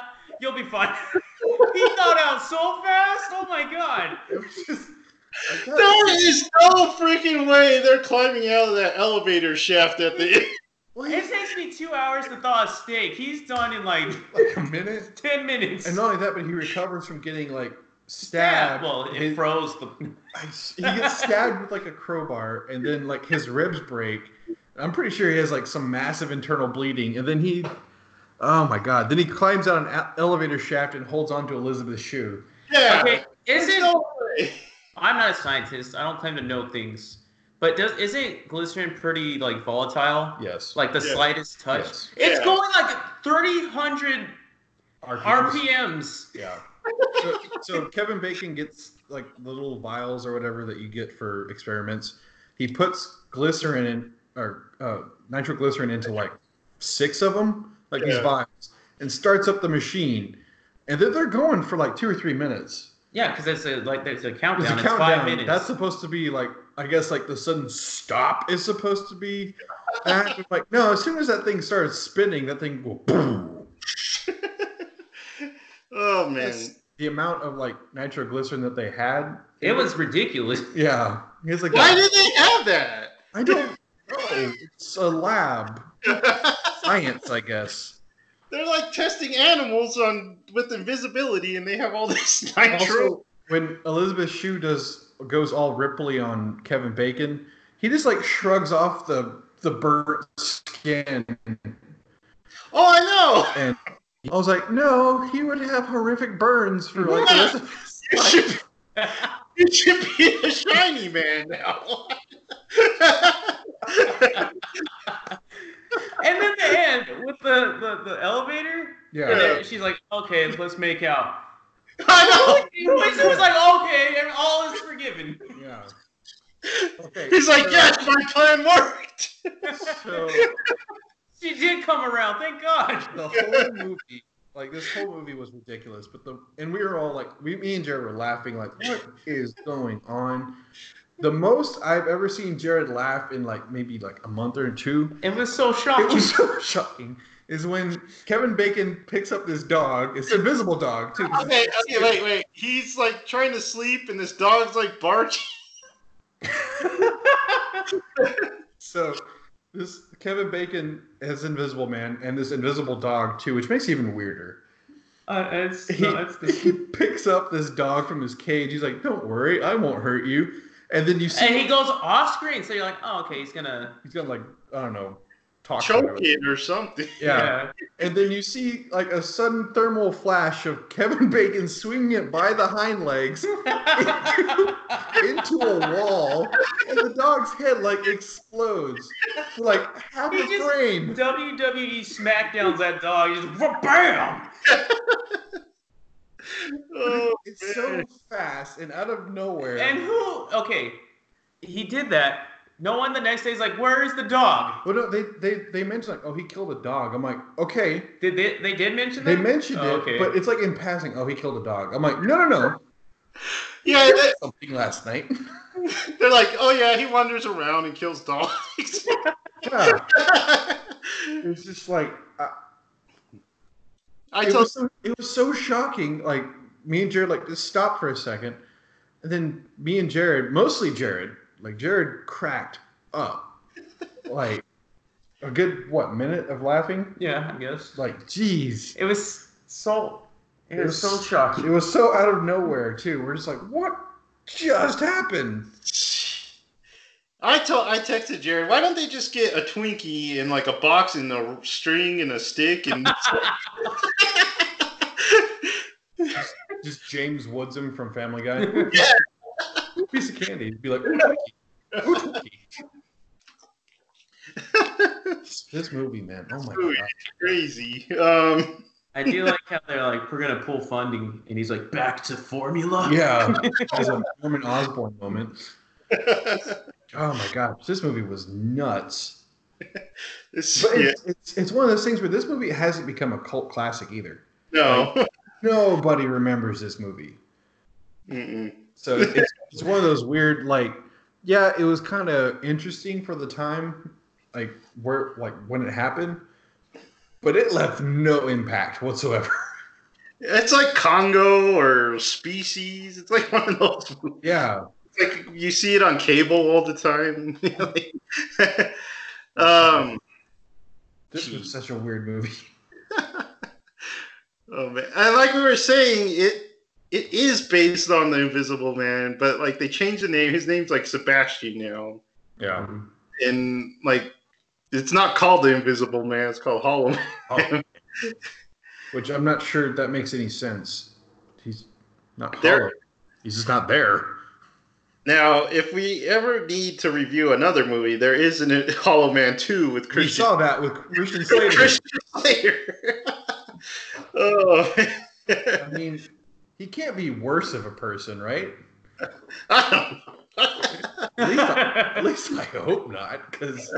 Speaker 2: <laughs> You'll be fine. He thought out so fast. Oh my god.
Speaker 1: it was just like, that-
Speaker 3: there is no freaking way they're climbing out of that elevator shaft at the end. <laughs>
Speaker 1: well,
Speaker 2: It
Speaker 1: he's
Speaker 2: takes me two hours to thaw a steak. He's done in like
Speaker 1: like a minute
Speaker 2: ten minutes.
Speaker 1: and not only that but he recovers from getting like stabbed
Speaker 2: Well, it
Speaker 1: His-
Speaker 2: froze the.
Speaker 1: I s- he gets stabbed with like a crowbar and then like his ribs break i'm pretty sure he has like some massive internal bleeding and then he oh my god then he climbs out an a- elevator shaft and holds onto elizabeth's shoe
Speaker 3: Yeah.
Speaker 2: Okay,
Speaker 3: There's
Speaker 2: isn't
Speaker 3: no way.
Speaker 2: I'm not a scientist. I don't claim to know things, but does isn't glycerin pretty like volatile?
Speaker 1: yes
Speaker 2: Like the
Speaker 3: Yeah.
Speaker 2: slightest touch.
Speaker 1: Yes.
Speaker 2: It's
Speaker 3: Yeah.
Speaker 2: going like 300 RPMs. <laughs>
Speaker 1: yeah so, so kevin bacon gets like the little vials or whatever that you get for experiments he puts glycerin in or uh, nitroglycerin into like six of them like these
Speaker 3: Yeah.
Speaker 1: vials and starts up the machine and then they're going for like two or three minutes
Speaker 2: Yeah, because it's a like there's a countdown.
Speaker 1: There's
Speaker 2: It's,
Speaker 1: a countdown.
Speaker 2: five minutes.
Speaker 1: That's supposed to be like I guess like the sudden stop is supposed to be that. It's like no, as soon as that thing starts spinning, that thing will boom.
Speaker 3: Oh man.
Speaker 1: It's- <laughs> The amount of like nitroglycerin that they had,
Speaker 2: it was ridiculous. <laughs>
Speaker 1: yeah. He's like,
Speaker 3: Why did they have that?
Speaker 1: I don't know. It's a lab
Speaker 3: <laughs>
Speaker 1: science, I guess.
Speaker 3: They're like testing animals on with invisibility, and they have all <laughs> this nitro.
Speaker 1: Also, when Elizabeth Shue does goes all Ripley on Kevin Bacon, he just like shrugs off the the burnt skin
Speaker 3: oh, I know.
Speaker 1: And I was like, no, he would have horrific burns for like the rest of his
Speaker 3: <laughs> It
Speaker 1: life.
Speaker 3: should, it should be a shiny man now.
Speaker 2: and then the end with the, the, the elevator. And
Speaker 1: Yeah.
Speaker 2: then she's like, okay, let's make out.
Speaker 3: <laughs> I
Speaker 2: <laughs>
Speaker 3: know.
Speaker 2: It was it was like, okay, and all is forgiven.
Speaker 1: Yeah. Okay.
Speaker 3: <laughs> He's like, yes, my plan worked.
Speaker 1: So
Speaker 2: She did come around, thank God.
Speaker 1: the whole movie, like this whole movie was ridiculous, but the and we were all like we me and Jared were laughing, like, what is going on? The most I've ever seen Jared laugh in like maybe like a month or two
Speaker 2: It was so shocking.
Speaker 1: it was so <laughs> shocking is when Kevin Bacon picks up this dog. It's an invisible dog too.
Speaker 3: Okay, okay, wait, wait. He's like trying to sleep, and this dog's like barking.
Speaker 1: So this Kevin Bacon has Invisible Man and this Invisible Dog too, which makes it even weirder.
Speaker 2: uh,
Speaker 1: <laughs>
Speaker 2: it's,
Speaker 1: He,
Speaker 2: no, it's
Speaker 1: he picks up this dog from his cage. He's like, "Don't worry, I won't hurt you." And then you see
Speaker 2: and he goes off screen, so you're like, oh, okay, he's gonna.
Speaker 1: he's gonna like I don't know talk to
Speaker 3: Choke
Speaker 1: him.
Speaker 3: it or <laughs> something.
Speaker 1: Yeah. and then you see like a sudden thermal flash of <laughs> Kevin Bacon swinging it by the hind legs
Speaker 2: yeah.
Speaker 1: <laughs>
Speaker 2: <laughs>
Speaker 1: into a wall, and the dog's head like explodes, for, like half
Speaker 2: He
Speaker 1: a
Speaker 2: just-
Speaker 1: frame.
Speaker 2: WWE E SmackDowns that dog. He's just, bam!
Speaker 3: Oh,
Speaker 1: It's so fast and out of nowhere.
Speaker 2: And who? Okay, he did that No one the next day is like, "Where is the dog?"
Speaker 1: Well, no, they they they mentioned like, oh, he killed a dog. I'm like, okay,
Speaker 2: Did they? They did mention
Speaker 1: they
Speaker 2: that.
Speaker 1: mentioned
Speaker 2: Oh,
Speaker 1: it, but it's like in passing. Oh, he killed a dog. I'm like, no, no, no,
Speaker 3: Yeah,
Speaker 1: I did
Speaker 3: that-
Speaker 1: something last night.
Speaker 3: they're like, oh yeah, he wanders around and kills dogs. <laughs>
Speaker 1: yeah, it's just like I,
Speaker 3: I
Speaker 1: it,
Speaker 3: told
Speaker 1: was so, it was so shocking. Like me and Jared, like just stopped for a second, and then me and Jared, mostly Jared, like Jared cracked up, like a good what minute of laughing.
Speaker 2: yeah, I guess.
Speaker 1: Like, jeez,
Speaker 2: It was so. It was so
Speaker 1: It's-
Speaker 2: shocking.
Speaker 1: it was so out of nowhere too. We're just like, what just happened?
Speaker 3: I told I texted Jared, why don't they just get a Twinkie and like a box and a string and a stick and <laughs>
Speaker 1: Just James Woodsum from Family Guy. Piece of candy. He'd be like, "Ooh, Twinkie. Ooh, Twinkie." this movie, man. Oh my god.
Speaker 3: crazy. Um, <laughs>
Speaker 2: I do like how they're like, "We're gonna pull funding," and he's like, "Back to formula."
Speaker 1: Yeah. That was a Norman Osborn moment. Oh my gosh. This movie was nuts.
Speaker 3: it's,
Speaker 1: But
Speaker 3: yeah,
Speaker 1: it's, it's, it's one of those things where this movie hasn't become a cult classic either.
Speaker 3: no.
Speaker 1: Nobody remembers this movie.
Speaker 3: Mm-mm.
Speaker 1: So it's, it's one of those weird, like, yeah, it was kind of interesting for the time, like where, like when it happened, but it left no impact whatsoever. <laughs>
Speaker 3: It's like Congo or Species. It's like one of those. movies.
Speaker 1: yeah,
Speaker 3: It's Like you see it on cable all the time. <laughs> um,
Speaker 1: this was such a weird movie.
Speaker 3: Oh man, and like we were saying, it it is based on the Invisible Man, but like they changed the name. His name's like Sebastian now,
Speaker 1: Yeah,
Speaker 2: Mhm.
Speaker 3: and like it's not called the Invisible Man. It's called Hollow Man. <laughs>
Speaker 1: which I'm not sure that makes any sense. He's not
Speaker 3: There-
Speaker 1: hollow. He's just not there.
Speaker 3: Now, if we ever need to review another movie, there is an <laughs> Hollow Man two with
Speaker 1: We
Speaker 3: Christian
Speaker 1: saw that <laughs> with Christian Slater.
Speaker 3: Christian Slater. <laughs> oh,
Speaker 1: I mean, he can't be worse of a person, right?
Speaker 3: <laughs> I don't know.
Speaker 1: At least I- At least I hope not, because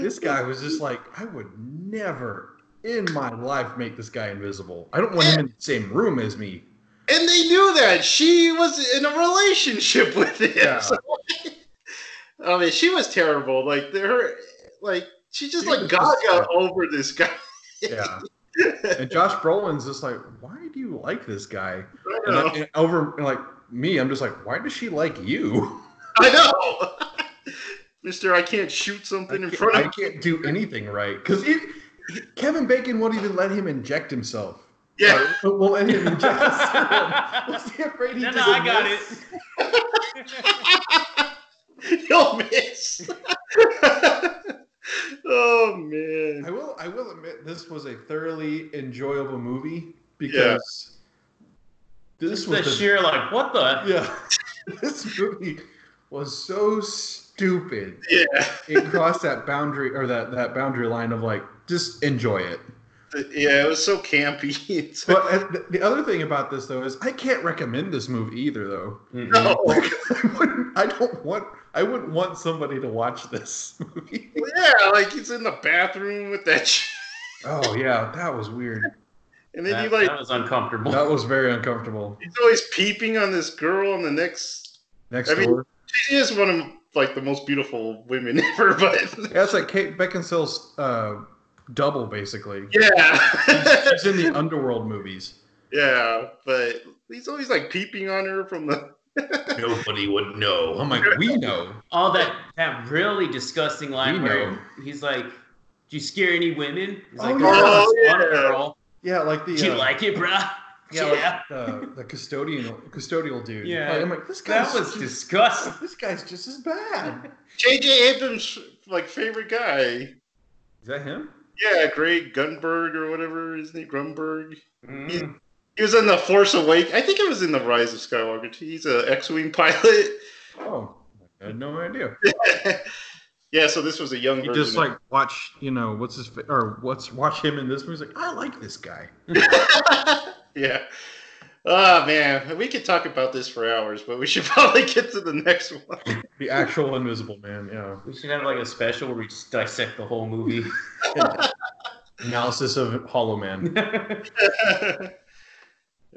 Speaker 1: this guy was just like, I would never in my life make this guy invisible. I don't want him in the same room as me.
Speaker 3: And they knew that she was in a relationship <laughs> with him.
Speaker 1: Yeah.
Speaker 3: So, <laughs> I mean, she was terrible. Like her, like she just
Speaker 1: She
Speaker 3: like
Speaker 1: was
Speaker 3: gaga
Speaker 1: just terrible.
Speaker 3: over this guy. <laughs>
Speaker 1: Yeah. And Josh Brolin's just like, why do you like this guy?
Speaker 3: I
Speaker 1: And, I-
Speaker 3: know.
Speaker 1: and over and like me, I'm just like, why does she like you?
Speaker 3: I know. <laughs> Mister, I can't shoot
Speaker 1: I
Speaker 3: something in
Speaker 1: can't,
Speaker 3: front of
Speaker 1: I can't do anything right because Kevin Bacon won't even let him inject himself.
Speaker 3: Yeah. <laughs>
Speaker 1: Or, won't let him inject
Speaker 2: <laughs>
Speaker 1: himself. Was he afraid he
Speaker 2: No, no,
Speaker 1: doesn't
Speaker 2: I got
Speaker 1: miss?
Speaker 3: You'll miss. <laughs> oh man.
Speaker 1: I will. I will admit this was a thoroughly enjoyable movie because this
Speaker 2: Just
Speaker 1: was
Speaker 2: the
Speaker 1: the,
Speaker 2: sheer like, what the?
Speaker 1: yeah. <laughs> this movie was so stupid.
Speaker 3: Yeah.
Speaker 1: It crossed that boundary or that that boundary line of like just enjoy it.
Speaker 3: Yeah, it was so campy. <laughs> It's
Speaker 1: But uh, th- the other thing about this though is I can't recommend this movie either though.
Speaker 2: Mm-mm.
Speaker 3: no.
Speaker 1: I wouldn't. <laughs> I don't want. I wouldn't want somebody to watch this movie.
Speaker 3: Yeah, like he's in the bathroom with that sh-
Speaker 1: <laughs> oh yeah, that was weird.
Speaker 3: and then
Speaker 2: That,
Speaker 3: you like
Speaker 2: that was uncomfortable.
Speaker 1: That was very uncomfortable.
Speaker 3: he's always peeping on this girl and the next
Speaker 1: Next
Speaker 3: I mean,
Speaker 1: door.
Speaker 3: she is one of like the most beautiful women <laughs> ever but
Speaker 1: Yeah, it's like Kate Beckinsale's uh, double, basically.
Speaker 3: yeah
Speaker 1: She's in the underworld movies.
Speaker 3: <laughs> yeah but he's always like peeping on her from the
Speaker 1: Nobody would know. I'm like, we know.
Speaker 2: All that that really disgusting line
Speaker 1: We
Speaker 2: where
Speaker 1: know.
Speaker 2: he's like, "Do you scare any women?" He's like,
Speaker 1: Oh,
Speaker 2: "Oh,
Speaker 1: yeah.
Speaker 2: this one
Speaker 3: Yeah.
Speaker 2: girl.
Speaker 1: Yeah, like the
Speaker 2: Do you
Speaker 1: uh,
Speaker 2: like it, bruh?"
Speaker 1: yeah,
Speaker 2: Yeah,
Speaker 1: like, uh, the custodian custodial dude.
Speaker 2: Yeah.
Speaker 1: Like, I'm like, this guy's
Speaker 2: that was disgusting.
Speaker 1: this guy's just as bad.
Speaker 3: jj abrams like favorite guy
Speaker 1: Is that him?
Speaker 3: yeah greg gunberg or whatever his name grunberg
Speaker 2: Mm.
Speaker 3: he was in the force awake i think it was in the rise of skywalker too. he's a x-wing pilot <laughs>
Speaker 1: Oh, I had no idea.
Speaker 3: yeah so this was a young
Speaker 1: You
Speaker 3: version
Speaker 1: just
Speaker 3: of-
Speaker 1: like watch, you know, what's his fa- or what's watch him in this movie. He's like, I like this guy.
Speaker 3: yeah. Ah, <laughs> Oh man, we could talk about this for hours, but we should probably get to the next one.
Speaker 1: The actual Invisible Man. Yeah.
Speaker 2: We should have like a special where we just dissect the whole movie. <laughs>
Speaker 1: Analysis of Hollow
Speaker 2: <laughs>
Speaker 1: Man.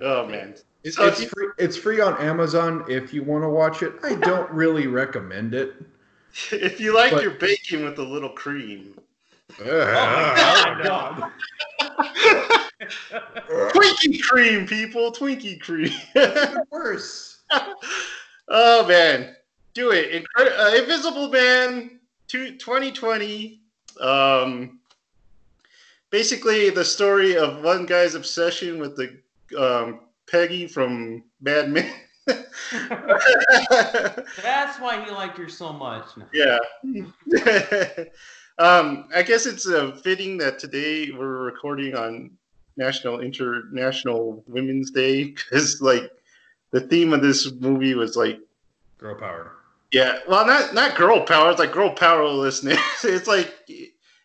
Speaker 3: oh man.
Speaker 1: It's,
Speaker 3: So
Speaker 1: it's
Speaker 3: if-
Speaker 1: free, it's free on Amazon if you want to watch it. I don't really recommend it.
Speaker 3: If you like
Speaker 1: But-
Speaker 3: your bacon with a little cream.
Speaker 2: oh my god,
Speaker 3: Twinkie <laughs> cream, people. Twinkie cream. <laughs>
Speaker 2: no. Worse.
Speaker 3: oh man. Do it. Incredi- uh, Invisible Man two- 2020. Um basically the story of one guy's obsession with the um, Peggy from Mad Men. <laughs>
Speaker 2: That's why he liked her so much. No.
Speaker 3: Yeah. <laughs> um, I guess it's uh, fitting that today we're recording on National International Women's Day because, like, the theme of this movie was like,
Speaker 1: Girl power.
Speaker 3: yeah, well, not not girl power. It's like girl powerlessness. <laughs> it's like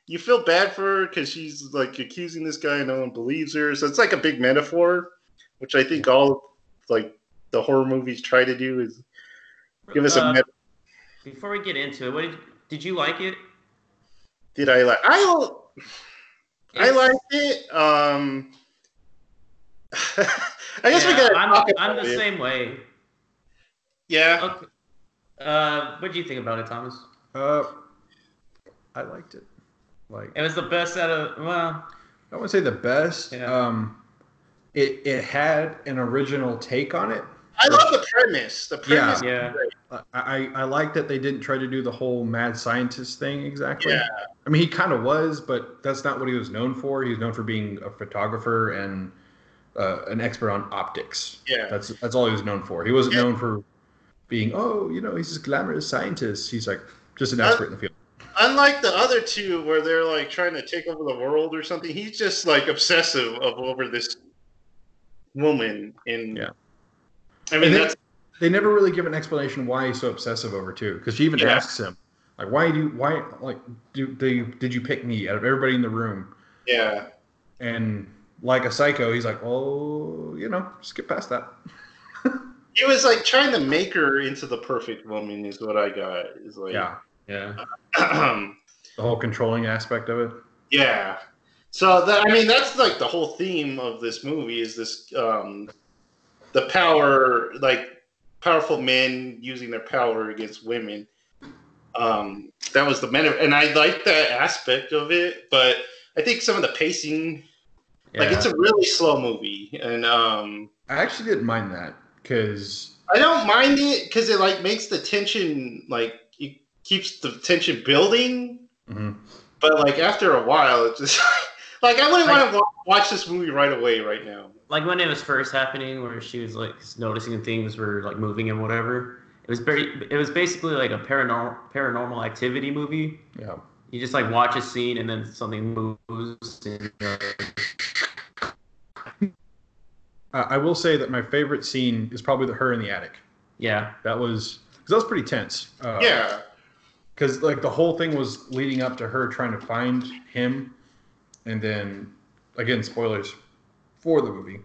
Speaker 3: you feel bad for her because she's like accusing this guy, and no one believes her. So it's like a big metaphor, which I think all like the horror movies try to do is give us a
Speaker 2: Uh,
Speaker 3: metaphor.
Speaker 2: Before we get into it, what did, did you like it?
Speaker 3: Did I like? I I
Speaker 2: It's-
Speaker 3: liked it. Um, <laughs> I guess we
Speaker 2: Yeah,
Speaker 3: got.
Speaker 2: I'm, I'm the same way.
Speaker 3: Yeah,
Speaker 2: Okay. Uh, what do you think about it, Thomas?
Speaker 1: Uh, I liked it. Like
Speaker 2: It was the best out of well,
Speaker 1: I wouldn't say the best.
Speaker 2: Yeah.
Speaker 1: Um, it it had an original take on it.
Speaker 3: I love the premise. The
Speaker 1: Yeah.
Speaker 3: premise.
Speaker 2: yeah.
Speaker 1: I, I I like that they didn't try to do the whole mad scientist thing exactly.
Speaker 3: Yeah.
Speaker 1: I mean, he kind of was, but that's not what he was known for. He was known for being a photographer and uh, an expert on optics.
Speaker 3: Yeah, yeah.
Speaker 1: That's that's all he was known for. He wasn't
Speaker 3: Yeah.
Speaker 1: known for being oh, you know, he's this glamorous scientist. He's like just an
Speaker 3: Uh,
Speaker 1: expert in the field.
Speaker 3: Unlike the other two, where they're like trying to take over the world or something, he's just like obsessive of over this woman. And
Speaker 1: Yeah.
Speaker 3: I mean
Speaker 1: And they-
Speaker 3: that's
Speaker 1: They never really give an explanation why he's so obsessive over two, because she even
Speaker 3: Yeah.
Speaker 1: asks him like, why do you why like do they did you pick me out of everybody in the room?
Speaker 3: yeah.
Speaker 1: And like a psycho, he's like, oh, you know, skip past that.
Speaker 3: He was like trying to make her into the perfect woman. Is what I got. Is like <clears throat>
Speaker 1: Yeah.
Speaker 2: Yeah.
Speaker 1: the whole controlling aspect of it.
Speaker 3: Yeah. So that I mean that's like the whole theme of this movie is this um the power like powerful men using their power against women. Um that was the meta and I like that aspect of it, but I think some of the pacing like it's a really slow movie and um
Speaker 1: I actually didn't mind that because
Speaker 3: I don't mind it cuz it like makes the tension like it keeps the tension building
Speaker 1: mm-hmm,
Speaker 3: But like after a while, it's just <laughs> like I wouldn't want to watch this movie right away right now.
Speaker 2: Like when it was first happening, where she was like noticing things were like moving and whatever. It was very. It was basically like a paranormal paranormal activity movie.
Speaker 1: yeah,
Speaker 2: You just like watch a scene and then something moves. And, you're like,
Speaker 1: I, I will say that my favorite scene is probably the her in the attic.
Speaker 2: yeah.
Speaker 1: That was because that was pretty tense. Uh,
Speaker 3: yeah,
Speaker 1: because like the whole thing was leading up to her trying to find him, and then again spoilers for the movie.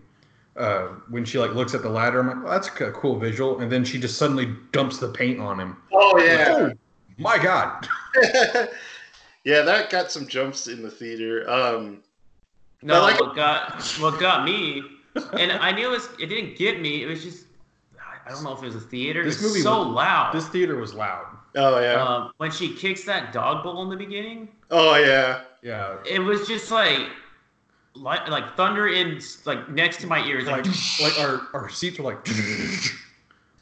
Speaker 1: Uh, when she like looks at the ladder, I'm like, well, that's a cool visual, and then she just suddenly dumps the paint on him.
Speaker 3: oh
Speaker 1: Like,
Speaker 3: yeah,
Speaker 1: oh, my god!
Speaker 3: <laughs> yeah. That got some jumps in the theater. Um, But,
Speaker 2: No,
Speaker 3: like-
Speaker 2: what got what got me, and I knew it, was, it didn't get me. It was just I- I don't know if it was a theater.
Speaker 1: This
Speaker 2: This movie
Speaker 1: movie
Speaker 2: so
Speaker 1: was-
Speaker 2: loud.
Speaker 1: This theater was loud.
Speaker 3: oh yeah,
Speaker 2: Um, when she kicks that dog bowl in the beginning,
Speaker 3: oh yeah.
Speaker 1: Yeah,
Speaker 2: it was just like like, like thunder in like next to my ears. Like,
Speaker 1: like like our, our seats were like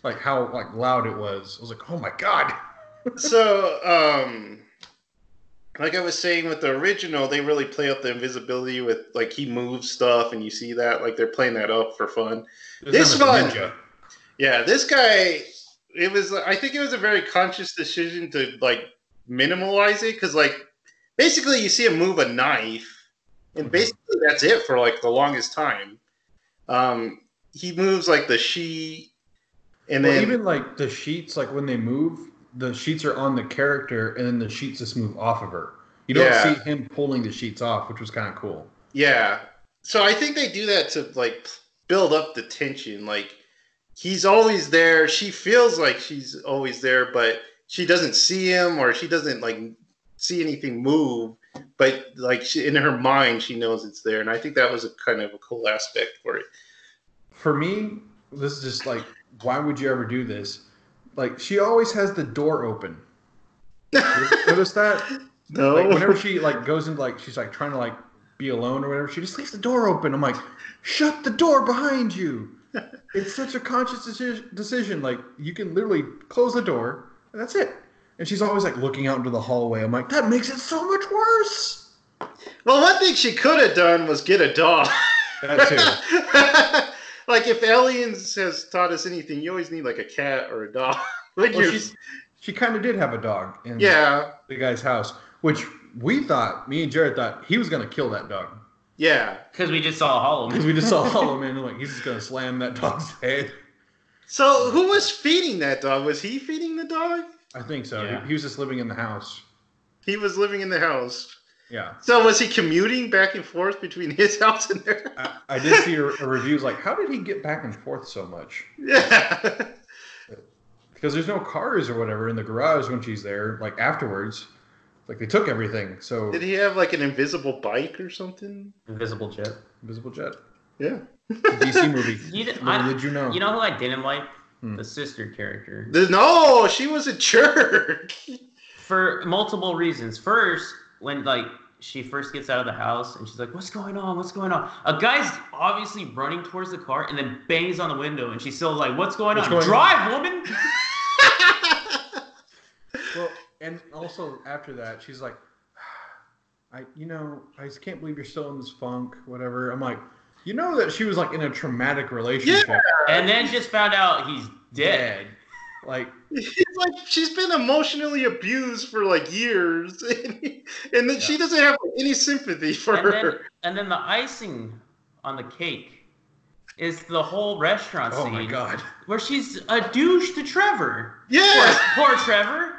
Speaker 1: like how like loud it was. I was like, oh my god.
Speaker 3: So um, like I was saying with the original, they really play up the invisibility with like he moves stuff and you see that like they're playing that up for fun. This
Speaker 1: time
Speaker 3: one-
Speaker 1: it's a ninja.
Speaker 3: Yeah, this guy. It was. I think it was a very conscious decision to like minimalize it because, like, basically you see him move a knife,
Speaker 1: Mm-hmm.
Speaker 3: and basically that's it for like the longest time. Um, he moves like the she, and
Speaker 1: Well,
Speaker 3: then
Speaker 1: even like the sheets, like when they move, the sheets are on the character, and then the sheets just move off of her. You don't
Speaker 3: Yeah.
Speaker 1: see him pulling the sheets off, which was kind of cool.
Speaker 3: yeah. So I think they do that to like build up the tension. Like he's always there. She feels like she's always there, but she doesn't see him or she doesn't like see anything move, but like she, in her mind she knows it's there, and I think that was a kind of a cool aspect for it.
Speaker 1: For me, this is just like, why would you ever do this? Like, she always has the door open.
Speaker 3: <laughs>
Speaker 1: Notice that?
Speaker 3: No,
Speaker 1: Like, whenever <laughs> she like goes into like she's like trying to like be alone or whatever, she just leaves the door open. I'm like, shut the door behind
Speaker 3: <laughs>
Speaker 1: you. It's such a conscious deci- decision. Like you can literally close the door and that's it. And she's always like looking out into the hallway. I'm like, that makes it so much worse.
Speaker 3: well, one thing she could have done was get a dog.
Speaker 1: That too.
Speaker 3: <laughs> like if aliens has taught us anything, you always need like a cat or a dog. <laughs> Like
Speaker 1: Well,
Speaker 3: you-
Speaker 1: she's, she kind of did have a dog in
Speaker 3: yeah,
Speaker 1: the guy's house, which we thought, me and Jared thought he was gonna kill that dog
Speaker 3: yeah.
Speaker 2: Because we just saw Hollow
Speaker 1: because
Speaker 2: Man.
Speaker 1: we just
Speaker 3: <laughs>
Speaker 1: saw Hollow Man. and, Like he's just gonna slam that dog's head.
Speaker 3: So who was feeding that dog? Was he feeding the dog?
Speaker 1: I think so.
Speaker 2: Yeah.
Speaker 1: He, he was just living in the house.
Speaker 3: He was living in the house.
Speaker 1: Yeah.
Speaker 3: So was he commuting back and forth between <laughs> his house and there?
Speaker 1: I, I did see a, a review like, how did he get back and forth so much?
Speaker 3: Yeah.
Speaker 1: Because there's no cars or whatever in the garage when she's there, like afterwards. Like they took everything. So
Speaker 3: Did he have like an invisible bike or something?
Speaker 2: Invisible Jet.
Speaker 1: Invisible Jet.
Speaker 3: Yeah.
Speaker 1: DC movie.
Speaker 2: <laughs> You, d-
Speaker 1: Little
Speaker 2: I,
Speaker 1: did you know?
Speaker 2: you know who I didn't like?
Speaker 1: Oh. Hmm.
Speaker 2: The sister character.
Speaker 3: The- no, she was a jerk. <laughs>
Speaker 2: for multiple reasons. First, when like she first gets out of the house and she's like, "What's going on? What's going on?" A guy's obviously running towards the car and then bangs on the window, and she's still like, "What's going
Speaker 1: What's
Speaker 2: on?
Speaker 1: going on?"
Speaker 2: Drive, woman!"
Speaker 1: Well, and also after that, she's like, <sighs> I, you know, I just can't believe you're still in this funk, whatever. I'm like, you know that she was like in a traumatic relationship.
Speaker 2: and then just found out he's dead.
Speaker 1: Like,
Speaker 3: It's like she's been emotionally abused for like years, <laughs> and, and then she doesn't have any sympathy for
Speaker 2: And then,
Speaker 3: her.
Speaker 2: and then the icing on the cake is the whole restaurant
Speaker 1: oh
Speaker 2: scene
Speaker 1: my
Speaker 2: <laughs>
Speaker 1: god.
Speaker 2: where she's a douche to Trevor.
Speaker 3: <laughs>
Speaker 2: Poor,
Speaker 3: Yeah.
Speaker 2: poor Trevor.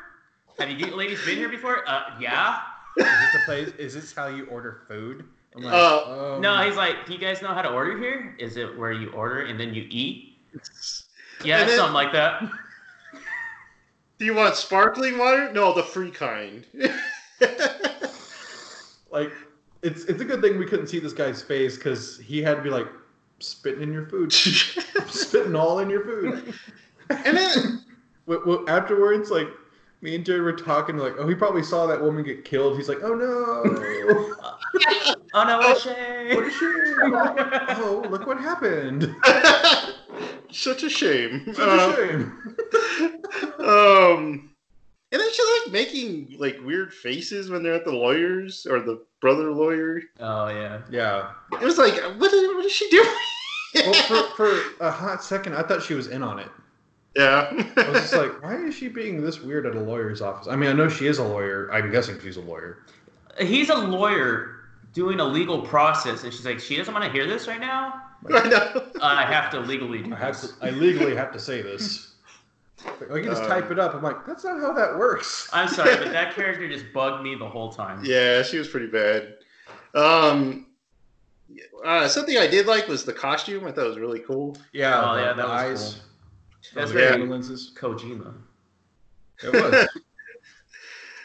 Speaker 2: Have you ladies been here before? Uh, yeah.
Speaker 1: Is this the place? Is this how you order food? I'm like,
Speaker 3: Uh,
Speaker 1: um,
Speaker 2: No, he's like, do you guys know how to order here? Is it where you order and then you eat? Yeah,
Speaker 3: And then-
Speaker 2: something like that. <laughs>
Speaker 3: Do you want sparkling water? No, the free kind. <laughs>
Speaker 1: like it's it's a good thing we couldn't see this guy's face because he had to be like spitting in your
Speaker 3: <laughs>
Speaker 1: food, spitting all in your food.
Speaker 3: and then
Speaker 1: W- w- afterwards, like me and Jerry were talking, like, oh, he probably saw that woman get killed. He's like, oh no,
Speaker 2: Oh no,
Speaker 3: Oh.
Speaker 1: what
Speaker 2: O'Shea.
Speaker 1: a shame! oh, look what happened.
Speaker 3: <laughs> such a shame.
Speaker 1: Such
Speaker 3: Uh,
Speaker 1: a shame.
Speaker 3: um and then she's like making like weird faces when they're at the lawyers or the brother lawyer.
Speaker 2: <laughs> Oh yeah.
Speaker 1: Yeah.
Speaker 3: It was like, what is, what is she doing?
Speaker 1: Well, for, for a hot second, I thought she was in on it. I was
Speaker 3: yeah.
Speaker 1: just like, why is she being this weird at a lawyer's office? I mean, I know she is a lawyer. I'm guessing she's a lawyer.
Speaker 2: He's a lawyer doing a legal process, and she's like, she doesn't want to hear this right now.
Speaker 3: <laughs>
Speaker 2: Uh,
Speaker 3: I know.
Speaker 2: I have to legally do
Speaker 1: I have to,
Speaker 2: this.
Speaker 1: <laughs> I legally have to say this. Like, you just
Speaker 3: Uh,
Speaker 1: type it up. I'm like, that's not how that works.
Speaker 2: I'm sorry, but that character just bugged me the whole time.
Speaker 3: Yeah, she was pretty bad. Um uh, something I did like was the costume. I thought it was really cool.
Speaker 1: Yeah,
Speaker 2: Oh,
Speaker 1: the,
Speaker 2: yeah,
Speaker 1: the
Speaker 2: that was
Speaker 1: eyes,
Speaker 2: cool. That's
Speaker 1: the
Speaker 3: very-
Speaker 1: camera lenses.
Speaker 2: Kojima.
Speaker 1: It was.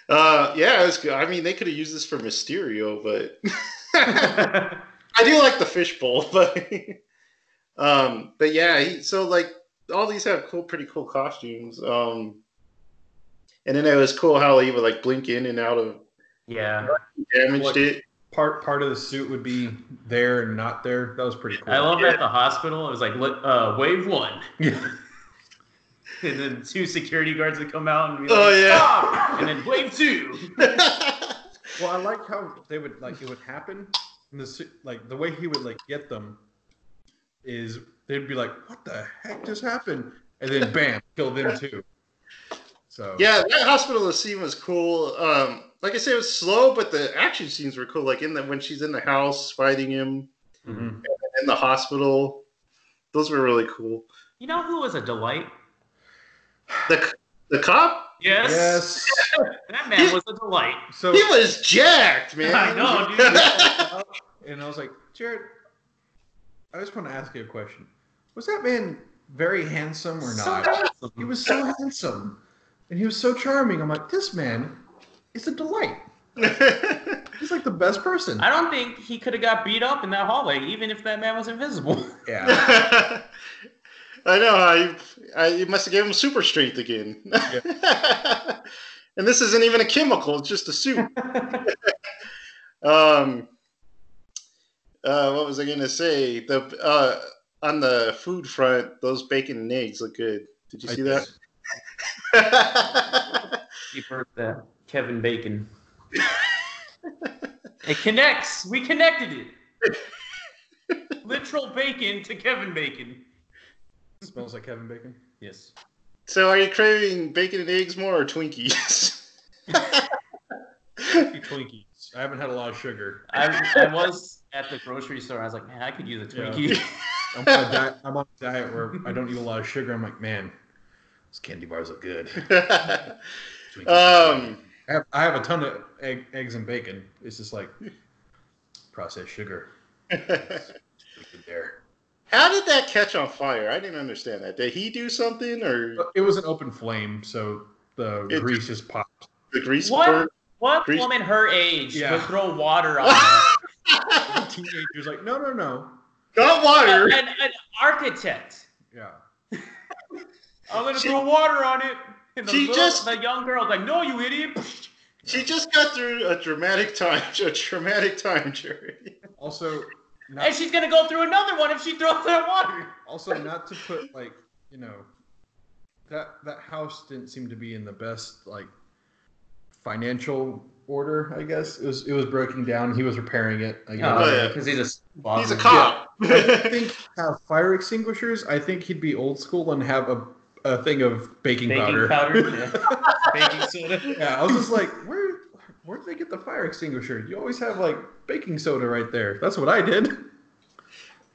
Speaker 3: Uh, yeah, it was good. I mean, they could have used this for Mysterio, but I do like the fishbowl, <laughs> but um, but yeah, he, so like all these have cool, pretty cool costumes. Um, and then it was cool how he would like blink in and out of
Speaker 2: Yeah.
Speaker 3: damaged
Speaker 1: Like-
Speaker 3: it. <laughs>
Speaker 1: part part of the suit would be there and not there. That was pretty cool.
Speaker 2: I love at the hospital. It was like, look, uh, wave one,
Speaker 1: Yeah.
Speaker 2: <laughs> and then two security guards would come out and be like,
Speaker 3: Oh, yeah.
Speaker 2: stop, and then wave two.
Speaker 1: <laughs> Well, I like how they would like it would happen, and the su- like the way he would like get them is they'd be like, "What the heck just happened?" And then bam, kill them too. So
Speaker 3: yeah, that hospital scene was cool. Um, like I said, it was slow, but the action scenes were cool. Like in the when she's in the house fighting him
Speaker 1: Mhm.
Speaker 3: in the hospital, those were really cool.
Speaker 2: You know who was a delight?
Speaker 3: The c- the cop.
Speaker 2: Yes.
Speaker 1: yes.
Speaker 2: That man was a delight.
Speaker 1: <laughs> So
Speaker 3: He was jacked, man.
Speaker 2: <laughs> I know, dude.
Speaker 1: <laughs> and I was like, Jared, I just want to ask you a question. Was that man very handsome or
Speaker 2: So
Speaker 1: not?
Speaker 2: handsome.
Speaker 1: He was so handsome. And he was so charming. I'm like, this man is a delight. He's like the best person.
Speaker 2: I don't think he could have got beat up in that hallway, even if that man was <laughs> invisible.
Speaker 1: Yeah.
Speaker 3: I know. <laughs> I, I you must have gave him super strength again. <laughs> and this isn't even a chemical; it's just a suit. <laughs> um, uh, what was I going to say? The uh, on the food front, those bacon and eggs look good. Did you
Speaker 1: I
Speaker 3: see
Speaker 1: just-
Speaker 3: that?
Speaker 2: you heard that, Kevin Bacon. <laughs> it connects. We connected it. <laughs> Literal bacon to Kevin Bacon.
Speaker 1: Smells like Kevin Bacon.
Speaker 2: Yes.
Speaker 3: <laughs> so, are you craving bacon and eggs more or Twinkies? <laughs>
Speaker 1: Happy Twinkies. I haven't had a lot of sugar.
Speaker 2: <laughs> I, I was at the grocery store. I was like, man, I could use a
Speaker 1: Yeah.
Speaker 2: Twinkie.
Speaker 1: I'm on a diet, I'm on a diet where I don't eat a lot of sugar. I'm like, man, those candy bars look good. Twinkies are good.
Speaker 3: <laughs> um, <laughs>
Speaker 1: I have, I have a ton of egg, eggs and bacon. It's just like processed sugar. It's good there.
Speaker 3: how did that catch on fire? I didn't understand that. Did he do something or?
Speaker 1: But It was an open flame, so the
Speaker 3: It-
Speaker 1: grease just
Speaker 3: <laughs>
Speaker 1: popped.
Speaker 3: The grease
Speaker 2: What?
Speaker 3: bird.
Speaker 2: What
Speaker 3: Grease-
Speaker 2: woman her age
Speaker 1: Yeah.
Speaker 2: would throw water <laughs> on that?
Speaker 1: The teenager's like, no, no, no.
Speaker 3: Not water. <laughs>
Speaker 2: An, an architect.
Speaker 1: Yeah.
Speaker 2: I'm gonna
Speaker 3: She-
Speaker 2: throw water on it. And the,
Speaker 3: She
Speaker 2: little,
Speaker 3: just-
Speaker 2: the young girl's like, no, you idiot.
Speaker 3: She just got through a dramatic time, <laughs> a traumatic time journey.
Speaker 1: Also,
Speaker 2: And
Speaker 1: not,
Speaker 2: she's gonna go through another one if she throws that water.
Speaker 1: also not to put like you know that that house didn't seem to be in the best like financial order. I guess it was it was broken down. He was repairing it. I guess.
Speaker 3: Oh, yeah.
Speaker 2: because he's a
Speaker 1: Um,
Speaker 3: He's a cop.
Speaker 2: <laughs>
Speaker 1: I think have fire extinguishers. I think he'd be old school and have a, a thing of baking,
Speaker 2: Baking
Speaker 1: powder.
Speaker 2: <laughs> powder, yeah. baking soda.
Speaker 1: <laughs> Yeah, I was just like, where where did they get the fire extinguisher? You always have like baking soda right there. That's what I did.
Speaker 3: <laughs>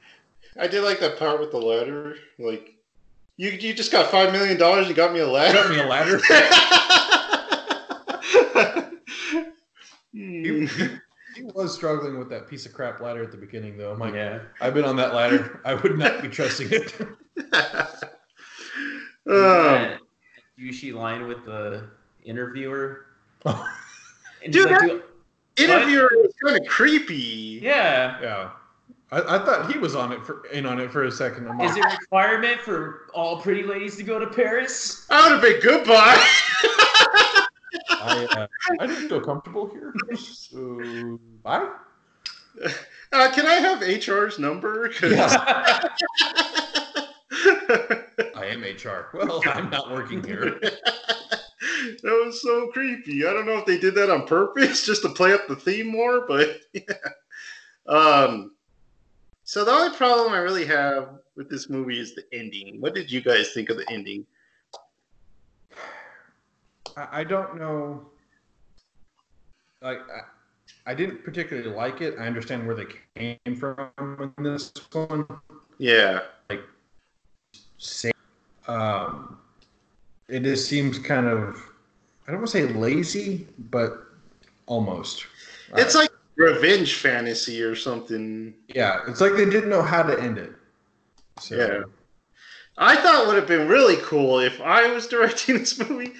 Speaker 1: <laughs>
Speaker 3: I did like that part with the ladder. Like, you you just got five million dollars. You got me a
Speaker 1: Got
Speaker 3: ladder.
Speaker 1: me a
Speaker 3: <laughs>
Speaker 1: ladder.
Speaker 3: Hmm.
Speaker 1: He was struggling with that piece of crap ladder at the beginning, though. I'm like,
Speaker 2: Yeah.
Speaker 1: I've been on that ladder. I would not be trusting it. <laughs>
Speaker 3: Um, Hmm.
Speaker 2: That douchey line with the <laughs> interviewer.
Speaker 1: Oh.
Speaker 2: And he's
Speaker 3: Dude,
Speaker 2: like,
Speaker 3: that-
Speaker 2: "Do-
Speaker 3: interviewer is kind of creepy.
Speaker 2: yeah.
Speaker 1: yeah, I, I thought he was on it for in on it for a second. I'm
Speaker 2: Is
Speaker 1: like,
Speaker 2: it a requirement for all pretty ladies to go to <laughs> Paris?
Speaker 3: I would have been goodbye. <laughs>
Speaker 1: I, uh, I didn't feel comfortable
Speaker 2: <laughs>
Speaker 1: here. So bye.
Speaker 3: Uh, can I have HR's number? 'Cause-
Speaker 1: Yes.
Speaker 3: <laughs>
Speaker 1: I am HR. Well, I'm not working here.
Speaker 3: that was so creepy. I don't know if they did that on purpose <laughs> just to play up the theme more, but <laughs> yeah. Um, so the only problem I really have with this movie is the ending. What did you guys think of the ending?
Speaker 1: I, I don't know. Like, I, I didn't particularly like it. I understand where they came from in this one.
Speaker 3: Yeah.
Speaker 1: Same. Um, it just seems kind of, I don't want to say lazy, but almost.
Speaker 3: It's like revenge fantasy or something.
Speaker 1: yeah, it's like they didn't know how to end it. So,
Speaker 3: Yeah. I thought would have been really cool if I was directing <laughs> this movie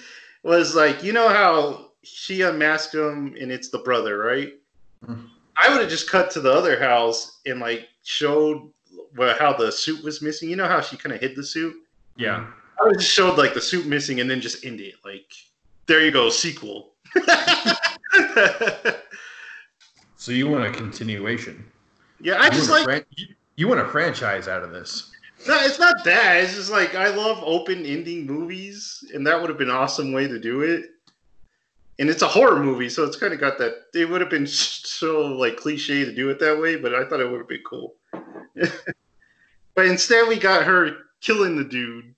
Speaker 3: was like, you know how she unmasked him and it's the brother, right?
Speaker 1: Mhm.
Speaker 3: I would have just cut to the other house and like showed where, how the suit was missing. You know how she kind of hid the suit?
Speaker 1: Yeah.
Speaker 3: I would have just showed like the suit missing and then just end it. Like, there you go, sequel. <laughs>
Speaker 1: So you want a continuation?
Speaker 3: yeah, I
Speaker 1: You
Speaker 3: just
Speaker 1: want a fran-
Speaker 3: like
Speaker 1: you- you want a franchise out of this?
Speaker 3: No, it's not that. It's just like I love open ending movies, and that would have been an awesome way to do it. And it's a horror movie, so it's kind of got that. It would have been so like cliche to do it that way, but I thought it would have been cool. <laughs> but instead, we got her killing the dude.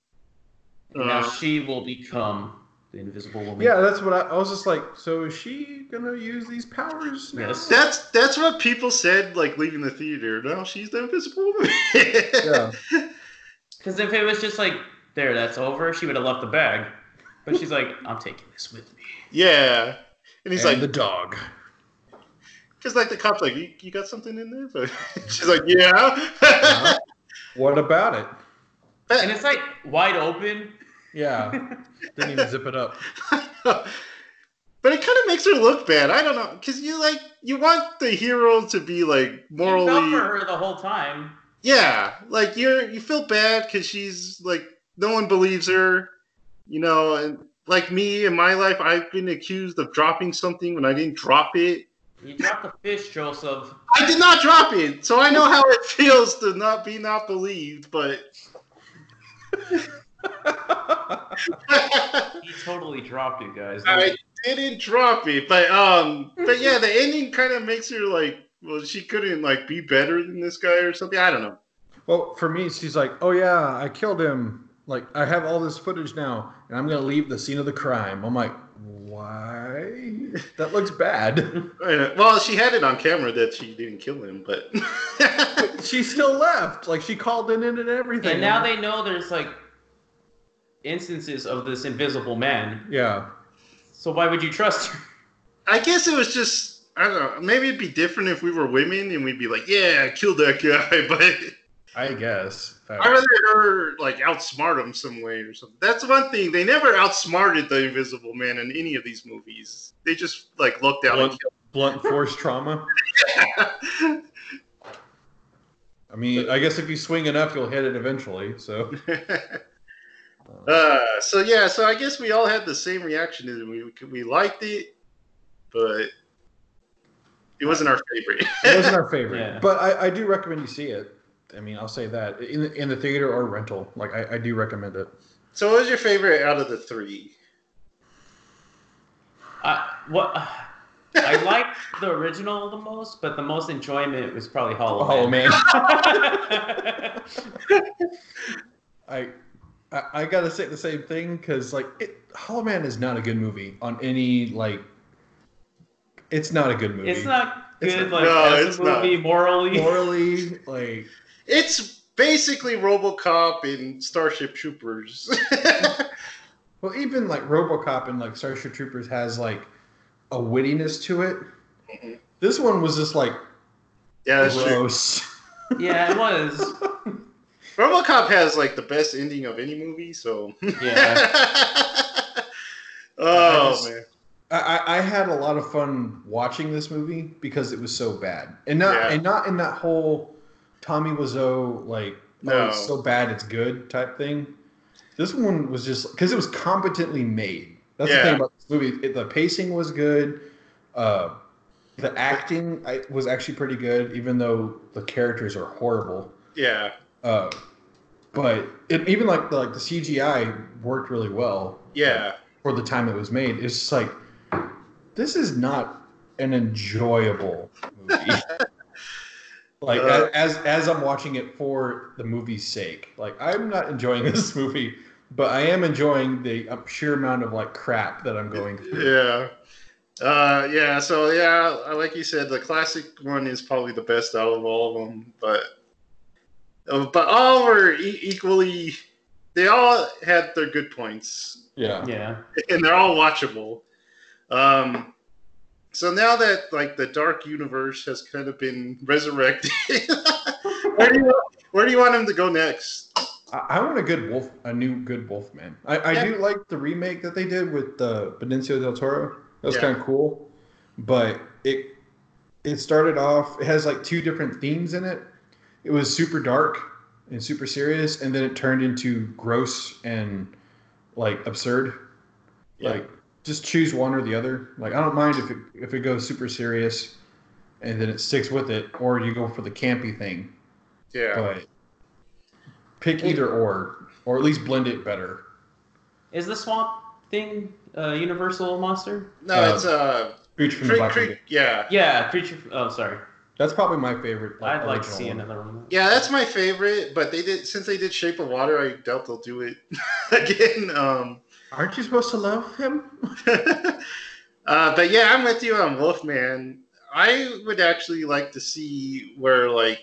Speaker 2: And now
Speaker 3: Uh,
Speaker 2: she will become the invisible woman.
Speaker 1: Uh-huh. Yeah, that's what I, I was just like. So is she gonna use these powers now?
Speaker 2: Yes.
Speaker 3: that's that's what people said, like leaving the theater. Now she's the invisible woman.
Speaker 1: Yeah.
Speaker 2: Because if it was just like, there, that's over, she would have left the bag. But she's like, I'm taking this with me.
Speaker 3: <laughs> yeah. And he's
Speaker 1: and
Speaker 3: like,
Speaker 1: the dog.
Speaker 3: because like the cop's like, you, you got something in there? But <laughs> she's like, yeah.
Speaker 1: Uh-huh. what about it?
Speaker 2: And it's like wide open.
Speaker 1: Yeah. Didn't even zip it up.
Speaker 3: <laughs> but it kind of makes her look bad. I don't know because you like you want the hero to be like
Speaker 2: You felt for
Speaker 3: morally,
Speaker 2: her the whole time.
Speaker 3: yeah, like you're you feel bad because she's like no one believes her, you know, and like me in my life, I've been accused of dropping something when I didn't drop it.
Speaker 2: You dropped the fish, Joseph.
Speaker 3: I did not drop it, so I know how it feels to not be not believed. But <laughs>
Speaker 2: He totally dropped it, guys.
Speaker 3: I didn't drop it, but um, but yeah, the ending kind of makes her like, well, she couldn't like be better than this guy or something. I don't know.
Speaker 1: Well, for me, she's like, "Oh yeah, I killed him. Like I have all this footage now, and I'm gonna leave the scene of the crime." I'm like, "Why? <laughs> That looks bad." <laughs>
Speaker 3: I know. Well, she had it on camera that she didn't kill him, but <laughs>
Speaker 1: she still left. Like she called in and everything.
Speaker 2: And now they know there's like instances of this invisible man.
Speaker 1: Yeah.
Speaker 2: So why would you trust her?
Speaker 3: I guess it was just I don't know. Maybe it'd be different if we were women and we'd be like, yeah, kill that guy. <laughs> But
Speaker 1: I guess.
Speaker 3: I'd rather her like outsmart him some way or something. That's one thing. They never outsmarted the Invisible Man in any of these movies. They just like looked out and
Speaker 1: Blunt, blunt force trauma.
Speaker 3: killed.
Speaker 1: I mean, I guess if you swing enough, you'll hit it eventually. So.
Speaker 3: <laughs> uh, so yeah, so I guess we all had the same reaction to it. We we liked it, but it wasn't our favorite. <laughs>
Speaker 1: it wasn't our favorite,
Speaker 2: Yeah.
Speaker 1: but I, I do recommend you see it. I mean, I'll say that in the, in the theater or rental. Like, I, I do recommend it.
Speaker 3: so what was your favorite out of the three?
Speaker 2: I, what? I liked the original the most, but the most enjoyment was probably Hollow.
Speaker 1: Oh man,
Speaker 2: Man.
Speaker 1: <laughs>
Speaker 2: <laughs>
Speaker 1: I, I I gotta say the same thing because like it, Hollow Man is not a good movie on any like. It's not a good movie.
Speaker 2: it's not good,
Speaker 1: It's
Speaker 2: like
Speaker 3: No,
Speaker 2: as
Speaker 3: it's
Speaker 2: a movie morally.
Speaker 1: morally like
Speaker 3: It's basically RoboCop and Starship Troopers. <laughs>
Speaker 1: well even like RoboCop and like Starship Troopers has like a wittiness to it.
Speaker 3: Mhm.
Speaker 1: This one was just like
Speaker 3: yeah, that's true.
Speaker 1: gross.
Speaker 2: <laughs> yeah, it was.
Speaker 3: RoboCop has like the best ending of any movie, so
Speaker 2: Yeah.
Speaker 3: <laughs> oh
Speaker 1: I just-
Speaker 3: man.
Speaker 1: I, I- I had a lot of fun watching this movie because it was so bad, and not
Speaker 3: Yeah.
Speaker 1: and not in that whole Tommy Wiseau like oh
Speaker 3: No.
Speaker 1: it's so bad it's good type thing. This one was just because it was competently made. That's the
Speaker 3: Yeah.
Speaker 1: thing about this movie. It, the pacing was good. Uh, the acting I, was actually pretty good, even though the characters are horrible.
Speaker 3: Yeah.
Speaker 1: Uh, but it, even like the, like the CGI worked really well
Speaker 3: Yeah.
Speaker 1: for the time it was made. It's just like this is not an enjoyable movie. like
Speaker 3: Uh.
Speaker 1: as as I'm watching it for the movie's sake, like I'm not enjoying <laughs> this movie, but I am enjoying the um, sheer amount of like crap that I'm going through.
Speaker 3: Yeah. Uh, yeah. So yeah, like you said, the classic one is probably the best out of all of them. But uh, but all were e- equally. They all had their good points,
Speaker 1: Yeah.
Speaker 2: Yeah.
Speaker 3: and they're all watchable. Um, so now that like the dark universe has kind of been resurrected, <laughs> where do you where do you want them to go next?
Speaker 1: I, I want a good wolf, a new good Wolfman. I, I do like the remake that they did with uh, Benicio del Toro. That was
Speaker 3: Yeah.
Speaker 1: kind of cool, but it it started off. It has like two different themes in it. It was super dark and super serious, and then it turned into gross and like absurd.
Speaker 3: Yeah.
Speaker 1: Like just choose one or the other. Like I don't mind if it if it goes super serious, and then it sticks with it, or you go for the campy thing
Speaker 3: Yeah.
Speaker 1: but pick either or, or at least blend it better.
Speaker 2: Is the swamp thing a universal monster?
Speaker 3: No,
Speaker 1: Uh,
Speaker 3: it's uh,
Speaker 1: Creature from the
Speaker 3: Creek
Speaker 1: Black
Speaker 3: Creek.
Speaker 1: Lagoon.
Speaker 3: Yeah.
Speaker 2: Yeah, creature. Oh, sorry.
Speaker 1: That's probably my favorite.
Speaker 2: I'd like to
Speaker 1: original
Speaker 2: see
Speaker 1: one.
Speaker 2: another one.
Speaker 3: Yeah, that's my favorite. But they did since they did Shape of Water. I doubt they'll do it <laughs> again. Um, <laughs>
Speaker 1: Aren't you supposed to love him? <laughs>
Speaker 3: uh, but yeah, I'm with you on Wolfman. I would actually like to see where like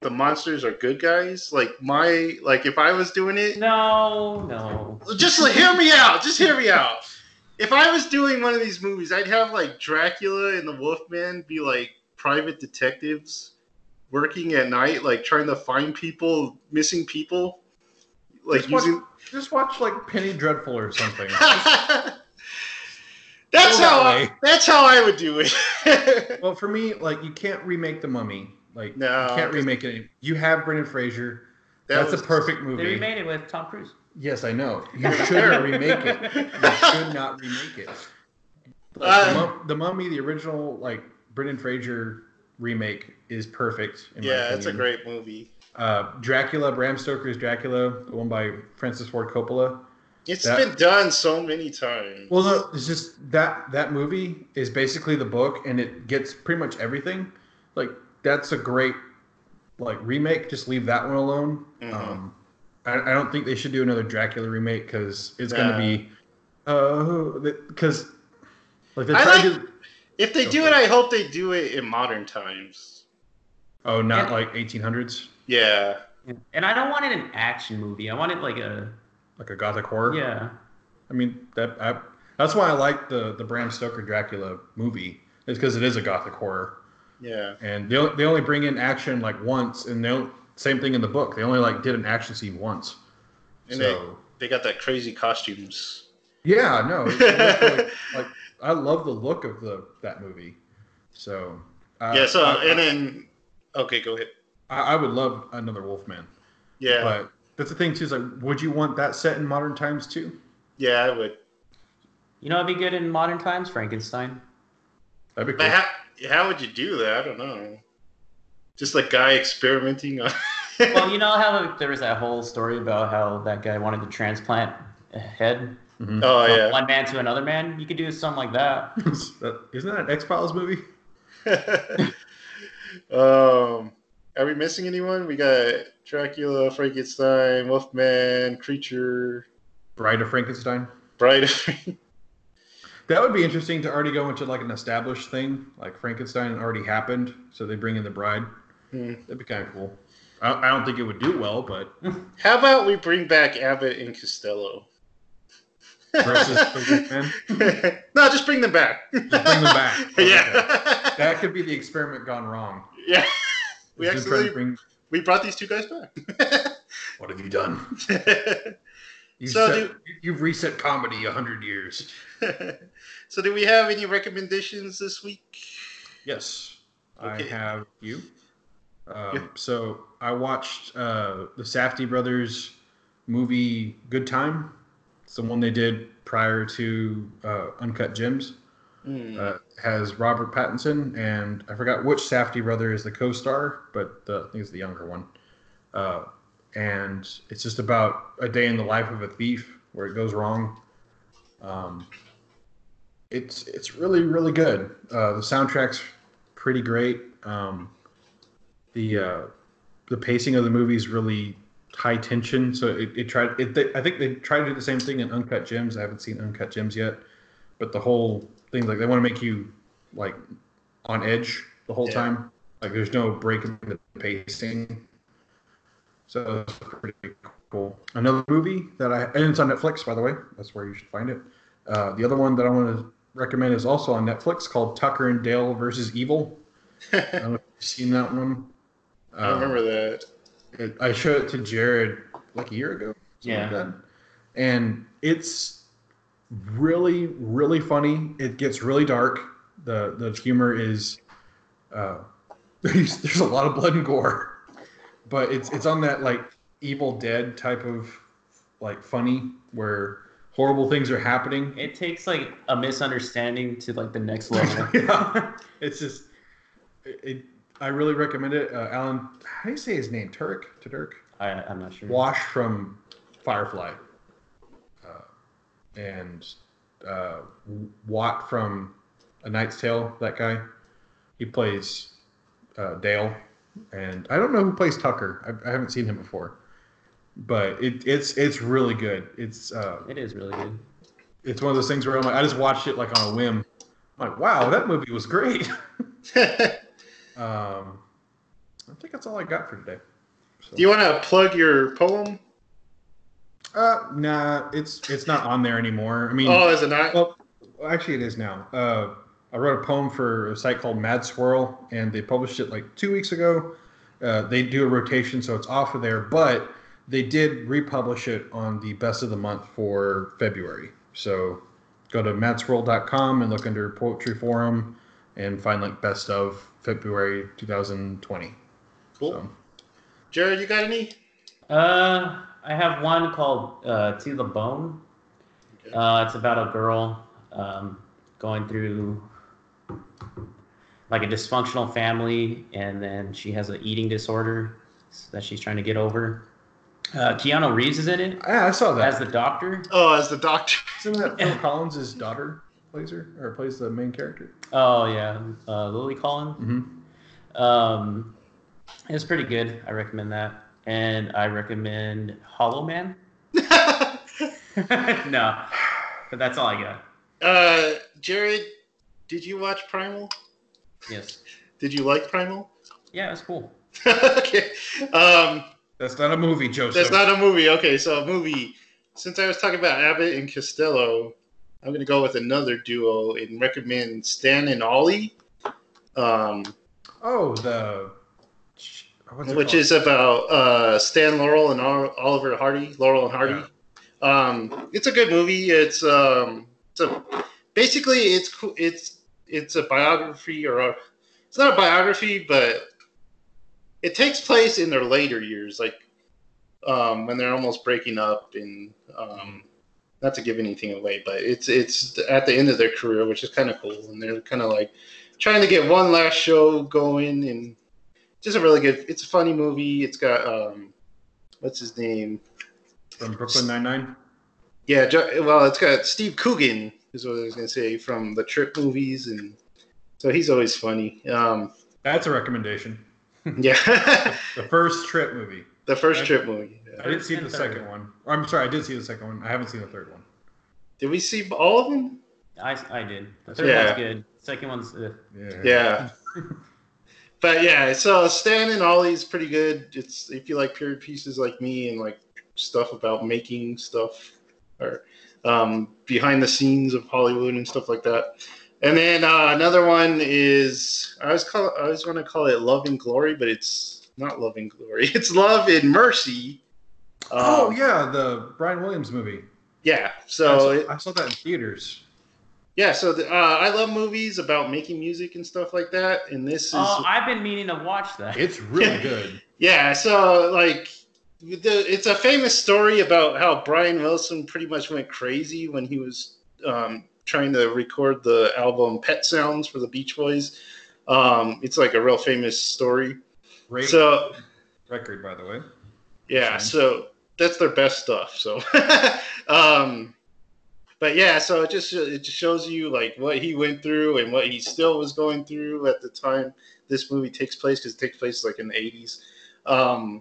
Speaker 3: the monsters are good guys. Like my like if I was doing it,
Speaker 2: No, no.
Speaker 3: just like, hear me out. Just hear me out. If I was doing one of these movies, I'd have like Dracula and the Wolfman be like private detectives working at night, like trying to find people, missing people, like
Speaker 1: Just watch-
Speaker 3: using <laughs>
Speaker 1: Just watch like Penny Dreadful or something.
Speaker 3: that's
Speaker 1: Go that
Speaker 3: how I,
Speaker 1: way.
Speaker 3: that's how I would do it. <laughs>
Speaker 1: well, for me, like you can't remake The Mummy. Like
Speaker 3: No,
Speaker 1: you can't remake it. You have Brendan Fraser. That's a perfect
Speaker 2: They
Speaker 1: movie.
Speaker 2: remade it with Tom Cruise.
Speaker 1: yes, I
Speaker 2: <laughs>
Speaker 1: know. You shouldn't remake it. You should not remake
Speaker 2: <laughs>
Speaker 1: it. the,
Speaker 3: Uh,
Speaker 1: Mum- The Mummy, the original like Brendan Fraser remake, is perfect. In my
Speaker 3: yeah, it's a
Speaker 1: opinion.
Speaker 3: great movie.
Speaker 1: uh, Dracula, Bram Stoker's Dracula, the one by Francis Ford Coppola.
Speaker 3: It's
Speaker 1: That-
Speaker 3: been done so many times.
Speaker 1: Well, no, it's just that that movie is basically the book, and it gets pretty much everything. Like that's a great like remake. Just leave that one alone.
Speaker 3: Mhm.
Speaker 1: Um, I, I don't think they should do another Dracula remake because it's
Speaker 3: Nah.
Speaker 1: gonna be because like they
Speaker 3: I
Speaker 1: tried
Speaker 3: like-
Speaker 1: to
Speaker 3: if they do it, I hope they do it in modern times.
Speaker 1: oh not
Speaker 2: Yeah.
Speaker 1: like 1800s
Speaker 3: Yeah.
Speaker 2: And I don't want it an action movie. I want it like a
Speaker 1: like a gothic horror.
Speaker 2: yeah.
Speaker 1: I mean that I, that's why I like the the Bram Stoker Dracula movie is because it is a gothic horror.
Speaker 3: Yeah.
Speaker 1: and they only, they only bring in action like once, and they don't, same thing in the book. They only like did an action scene once.
Speaker 3: And
Speaker 1: so
Speaker 3: They got that crazy costumes.
Speaker 1: yeah, no, it's
Speaker 3: <laughs>
Speaker 1: literally, like I love the look of the that movie. So uh,
Speaker 3: yeah, so
Speaker 1: I,
Speaker 3: and then okay, go ahead.
Speaker 1: I, I would love another Wolfman,
Speaker 3: Yeah.
Speaker 1: but that's the thing too. Is like, would you want that set in modern times too?
Speaker 3: Yeah, I would.
Speaker 2: You know, it'd be good in modern
Speaker 3: <laughs>
Speaker 2: times, Frankenstein.
Speaker 1: That'd be
Speaker 3: But
Speaker 1: cool.
Speaker 3: how how would you do that? I don't know. Just like guy experimenting on <laughs>
Speaker 2: Well, you know how there was that whole story about how that guy wanted to transplant a head
Speaker 1: Mhm.
Speaker 3: Oh
Speaker 2: from
Speaker 3: yeah.
Speaker 2: one man to another man? You could do something like that.
Speaker 1: <laughs> That- Isn't that an X Files movie?
Speaker 3: <laughs> um are we missing anyone? We got Dracula, Frankenstein, Wolfman, Creature,
Speaker 1: Bride of Frankenstein.
Speaker 3: Bride.
Speaker 1: That would be interesting to already go into like an established thing, like Frankenstein already happened, so they bring in the bride.
Speaker 3: Hmm.
Speaker 1: That'd be kind of cool. I, I don't think it would do well, but
Speaker 3: <laughs> How about we bring back Abbott and Costello? <laughs>
Speaker 1: versus the Wolfman,
Speaker 3: no, just bring them back. Bring
Speaker 1: just bring them back. Okay.
Speaker 3: <laughs> yeah.
Speaker 1: that could be the experiment gone wrong.
Speaker 3: yeah. We
Speaker 1: Just try to
Speaker 3: actually
Speaker 1: bring.
Speaker 3: we brought these two guys back. <laughs>
Speaker 1: What have you done? You
Speaker 3: So
Speaker 1: set, you've reset comedy a hundred years.
Speaker 3: so do we have any recommendations this week?
Speaker 1: Yes, I
Speaker 3: Okay.
Speaker 1: have you. Um,
Speaker 3: Yeah.
Speaker 1: So I watched uh, the Safdie brothers movie Good Time. It's the one they did prior to uh, Uncut Gems.
Speaker 3: Hmm.
Speaker 1: uh, has Robert Pattinson and I forgot which Safdie brother is the co-star, but the, I think it's the younger one. Uh, and it's just about a day in the life of a thief where it goes wrong. Um, it's it's really really good. Uh, the soundtrack's pretty great. Um, the uh, the pacing of the movie is really high tension. So it, it tried. It, they, I think they tried to do the same thing in Uncut Gems. I haven't seen Uncut Gems yet, but the whole thing like they want to make you like on edge the whole
Speaker 3: Yeah.
Speaker 1: time. Like there's no break in the pacing. So it's pretty cool. Another movie that I and it's on Netflix by the way. That's where you should find it. Uh, the other one that I want to recommend is also on Netflix called Tucker and Dale versus Evil.
Speaker 3: <laughs>
Speaker 1: I don't know if you've seen that one.
Speaker 3: I
Speaker 1: Um,
Speaker 3: remember that.
Speaker 1: it, I showed it to Jared like a year ago. something like
Speaker 2: Yeah.
Speaker 1: that. And it's really, really funny. It gets really dark. The the humor is uh, <laughs> there's, there's a lot of blood and gore, but it's it's on that like Evil Dead type of like funny where horrible things are happening. <laughs>
Speaker 2: It takes like a misunderstanding to like the next level.
Speaker 1: <laughs> yeah, it's just it. it- I really recommend it. Uh, Alan, how do you say his name? Turek? Turek?
Speaker 2: I, I'm not sure.
Speaker 1: Wash from Firefly, uh, and uh, Watt from A Knight's Tale. That guy, he plays uh, Dale, and I don't know who plays Tucker. I, I haven't seen him before, but it, it's it's really good. It's uh,
Speaker 2: It is really good.
Speaker 1: it's one of those things where I'm like, I just watched it like on a whim. I'm like, wow, that movie was great. <laughs> um, I think that's all I got for today. So-
Speaker 3: <laughs> do you want to plug your poem?
Speaker 1: Uh, nah, it's it's not on there anymore. I mean,
Speaker 3: Oh, is it not?
Speaker 1: well, actually, it is now. Uh, I wrote a poem for a site called Mad Swirl, and they published it like two weeks ago. Uh, they do a rotation, so it's off of there. But they did republish it on the best of the month for February. So go to mattsworld.com and look under Poetry Forum and find like best of February 2020.
Speaker 3: Cool.
Speaker 1: So,
Speaker 3: Jared, you got any?
Speaker 2: Uh, I have one called uh, "To the Bone."
Speaker 3: Okay.
Speaker 2: Uh, it's about a girl um, going through like a dysfunctional family, and then she has an eating disorder that she's trying to get over. Uh, Keanu Reeves is in it
Speaker 1: yeah, I saw that.
Speaker 2: as the doctor.
Speaker 3: Oh, as the doctor. <laughs>
Speaker 1: Isn't that Phil Collins' daughter plays her or plays the main character?
Speaker 2: Oh yeah, uh, Lily Collins.
Speaker 1: Mm-hmm.
Speaker 2: Um, it's pretty good. I recommend that, and I recommend Hollow Man. <laughs> no, but that's all I got.
Speaker 3: uh, Jared, did you watch Primal?
Speaker 2: Yes.
Speaker 3: Did you like Primal? <laughs>
Speaker 2: Yeah, it's cool.
Speaker 3: okay. Um,
Speaker 1: That's not a movie, Joseph.
Speaker 3: that's not a movie. Okay, so a movie. Since I was talking about Abbott and Costello, I'm going to go with another duo and recommend Stan and Ollie, um,
Speaker 1: oh, the what's it
Speaker 3: which
Speaker 1: called?
Speaker 3: is about uh, Stan Laurel and Ol- Oliver Hardy. Laurel and Hardy. Um, it's a good movie. It's um, it's a, basically it's co- it's it's a biography or a, it's not a biography, but it takes place in their later years, like um, when they're almost breaking up, and um, not to give anything away, but it's it's at the end of their career, which is kind of cool, and they're kind of like trying to get one last show going, and just a really good. It's a funny movie. It's got um, what's his name?
Speaker 1: from Brooklyn Nine Nine.
Speaker 3: Yeah, Jo- well, it's got Steve Coogan is what I was gonna say from the Trip movies, and so he's always funny. Um,
Speaker 1: That's a recommendation.
Speaker 3: yeah, <laughs>
Speaker 1: The first trip movie.
Speaker 3: the first Trip movie.
Speaker 1: I didn't see the second one. Or, I'm sorry, I did see the second one. I haven't seen the third one.
Speaker 3: Did we see all of them?
Speaker 2: I, I did. The third
Speaker 3: Yeah.
Speaker 2: one's good. Second one's uh,
Speaker 1: Yeah.
Speaker 3: Yeah. but yeah, so Stan and Ollie's pretty good. It's if you like period pieces like me and like stuff about making stuff or um, behind the scenes of Hollywood and stuff like that. And then uh, another one is I was call I was going to call it Love and Glory, but it's not Love and Glory. <laughs> It's Love and Mercy. Um,
Speaker 1: Oh yeah, the Brian Williams movie.
Speaker 3: yeah.
Speaker 1: I, saw,
Speaker 3: So it,
Speaker 1: I saw that in theaters.
Speaker 3: yeah, so the, uh, I love movies about making music and stuff like that. And this is
Speaker 2: Oh, I've been meaning to watch that.
Speaker 1: It's really
Speaker 3: <laughs>
Speaker 1: good.
Speaker 3: Yeah, so like the, it's a famous story about how Brian Wilson pretty much went crazy when he was um, trying to record the album Pet Sounds for the Beach Boys. Um, it's like a real famous story.
Speaker 1: Great
Speaker 3: So
Speaker 1: record, by the way.
Speaker 3: yeah,
Speaker 1: Fine.
Speaker 3: so that's their best stuff. So, <laughs> um, but yeah, so it just it just shows you like what he went through and what he still was going through at the time this movie takes place because it takes place like in the eighties. Um,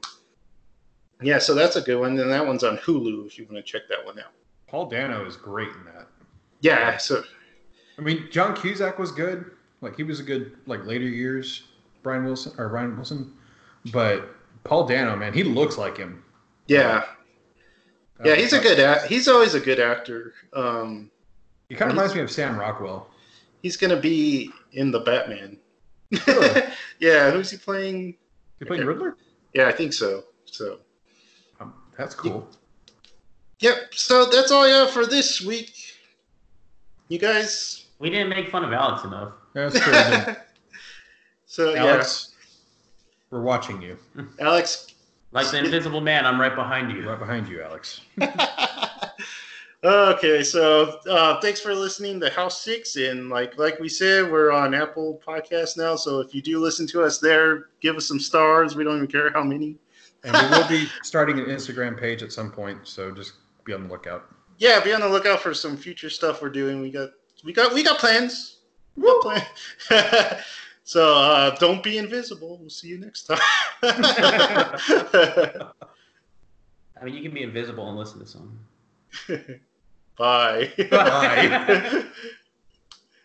Speaker 3: yeah, so that's a good one, and that one's on Hulu if you want to check that one out.
Speaker 1: Paul Dano is great in that.
Speaker 3: Yeah, so
Speaker 1: I mean, John Cusack was good. Like he was a good like later years. Brian Wilson or Ryan Wilson, but Paul Dano, man, he looks like him. Uh,
Speaker 3: yeah,
Speaker 1: Oh,
Speaker 3: yeah, he's a good act. He's always a good actor. Um,
Speaker 1: He kind of reminds me of Sam Rockwell.
Speaker 3: he's gonna be in the Batman.
Speaker 1: Really?
Speaker 3: <laughs> yeah, who's he playing?
Speaker 1: He played Riddler.
Speaker 3: Yeah, I think so. So.
Speaker 1: Um, that's cool.
Speaker 3: Yep. So that's all I have for this week. You guys. <laughs>
Speaker 2: We didn't make fun of Alex enough.
Speaker 1: That's true. isn't it?
Speaker 3: so
Speaker 1: Alex, we're watching you.
Speaker 3: yeah, Alex. <laughs>
Speaker 2: Like the Invisible Man, I'm right behind you.
Speaker 1: Right behind you, Alex.
Speaker 3: okay. So uh, thanks for listening to House Six, and like like we said, we're on Apple Podcasts now. So if you do listen to us there, give us some stars. We don't even care how many.
Speaker 1: And we will be starting an Instagram page at some point, so just be on the lookout.
Speaker 3: Yeah, be on the lookout for some future stuff we're doing. We got we got we got plans. We got plan- <laughs> so uh, don't be invisible. We'll see you next time.
Speaker 2: I mean, you can be invisible and listen to something.
Speaker 3: <laughs>
Speaker 2: <laughs>
Speaker 3: Bye. <laughs>
Speaker 1: Bye.
Speaker 3: Bye.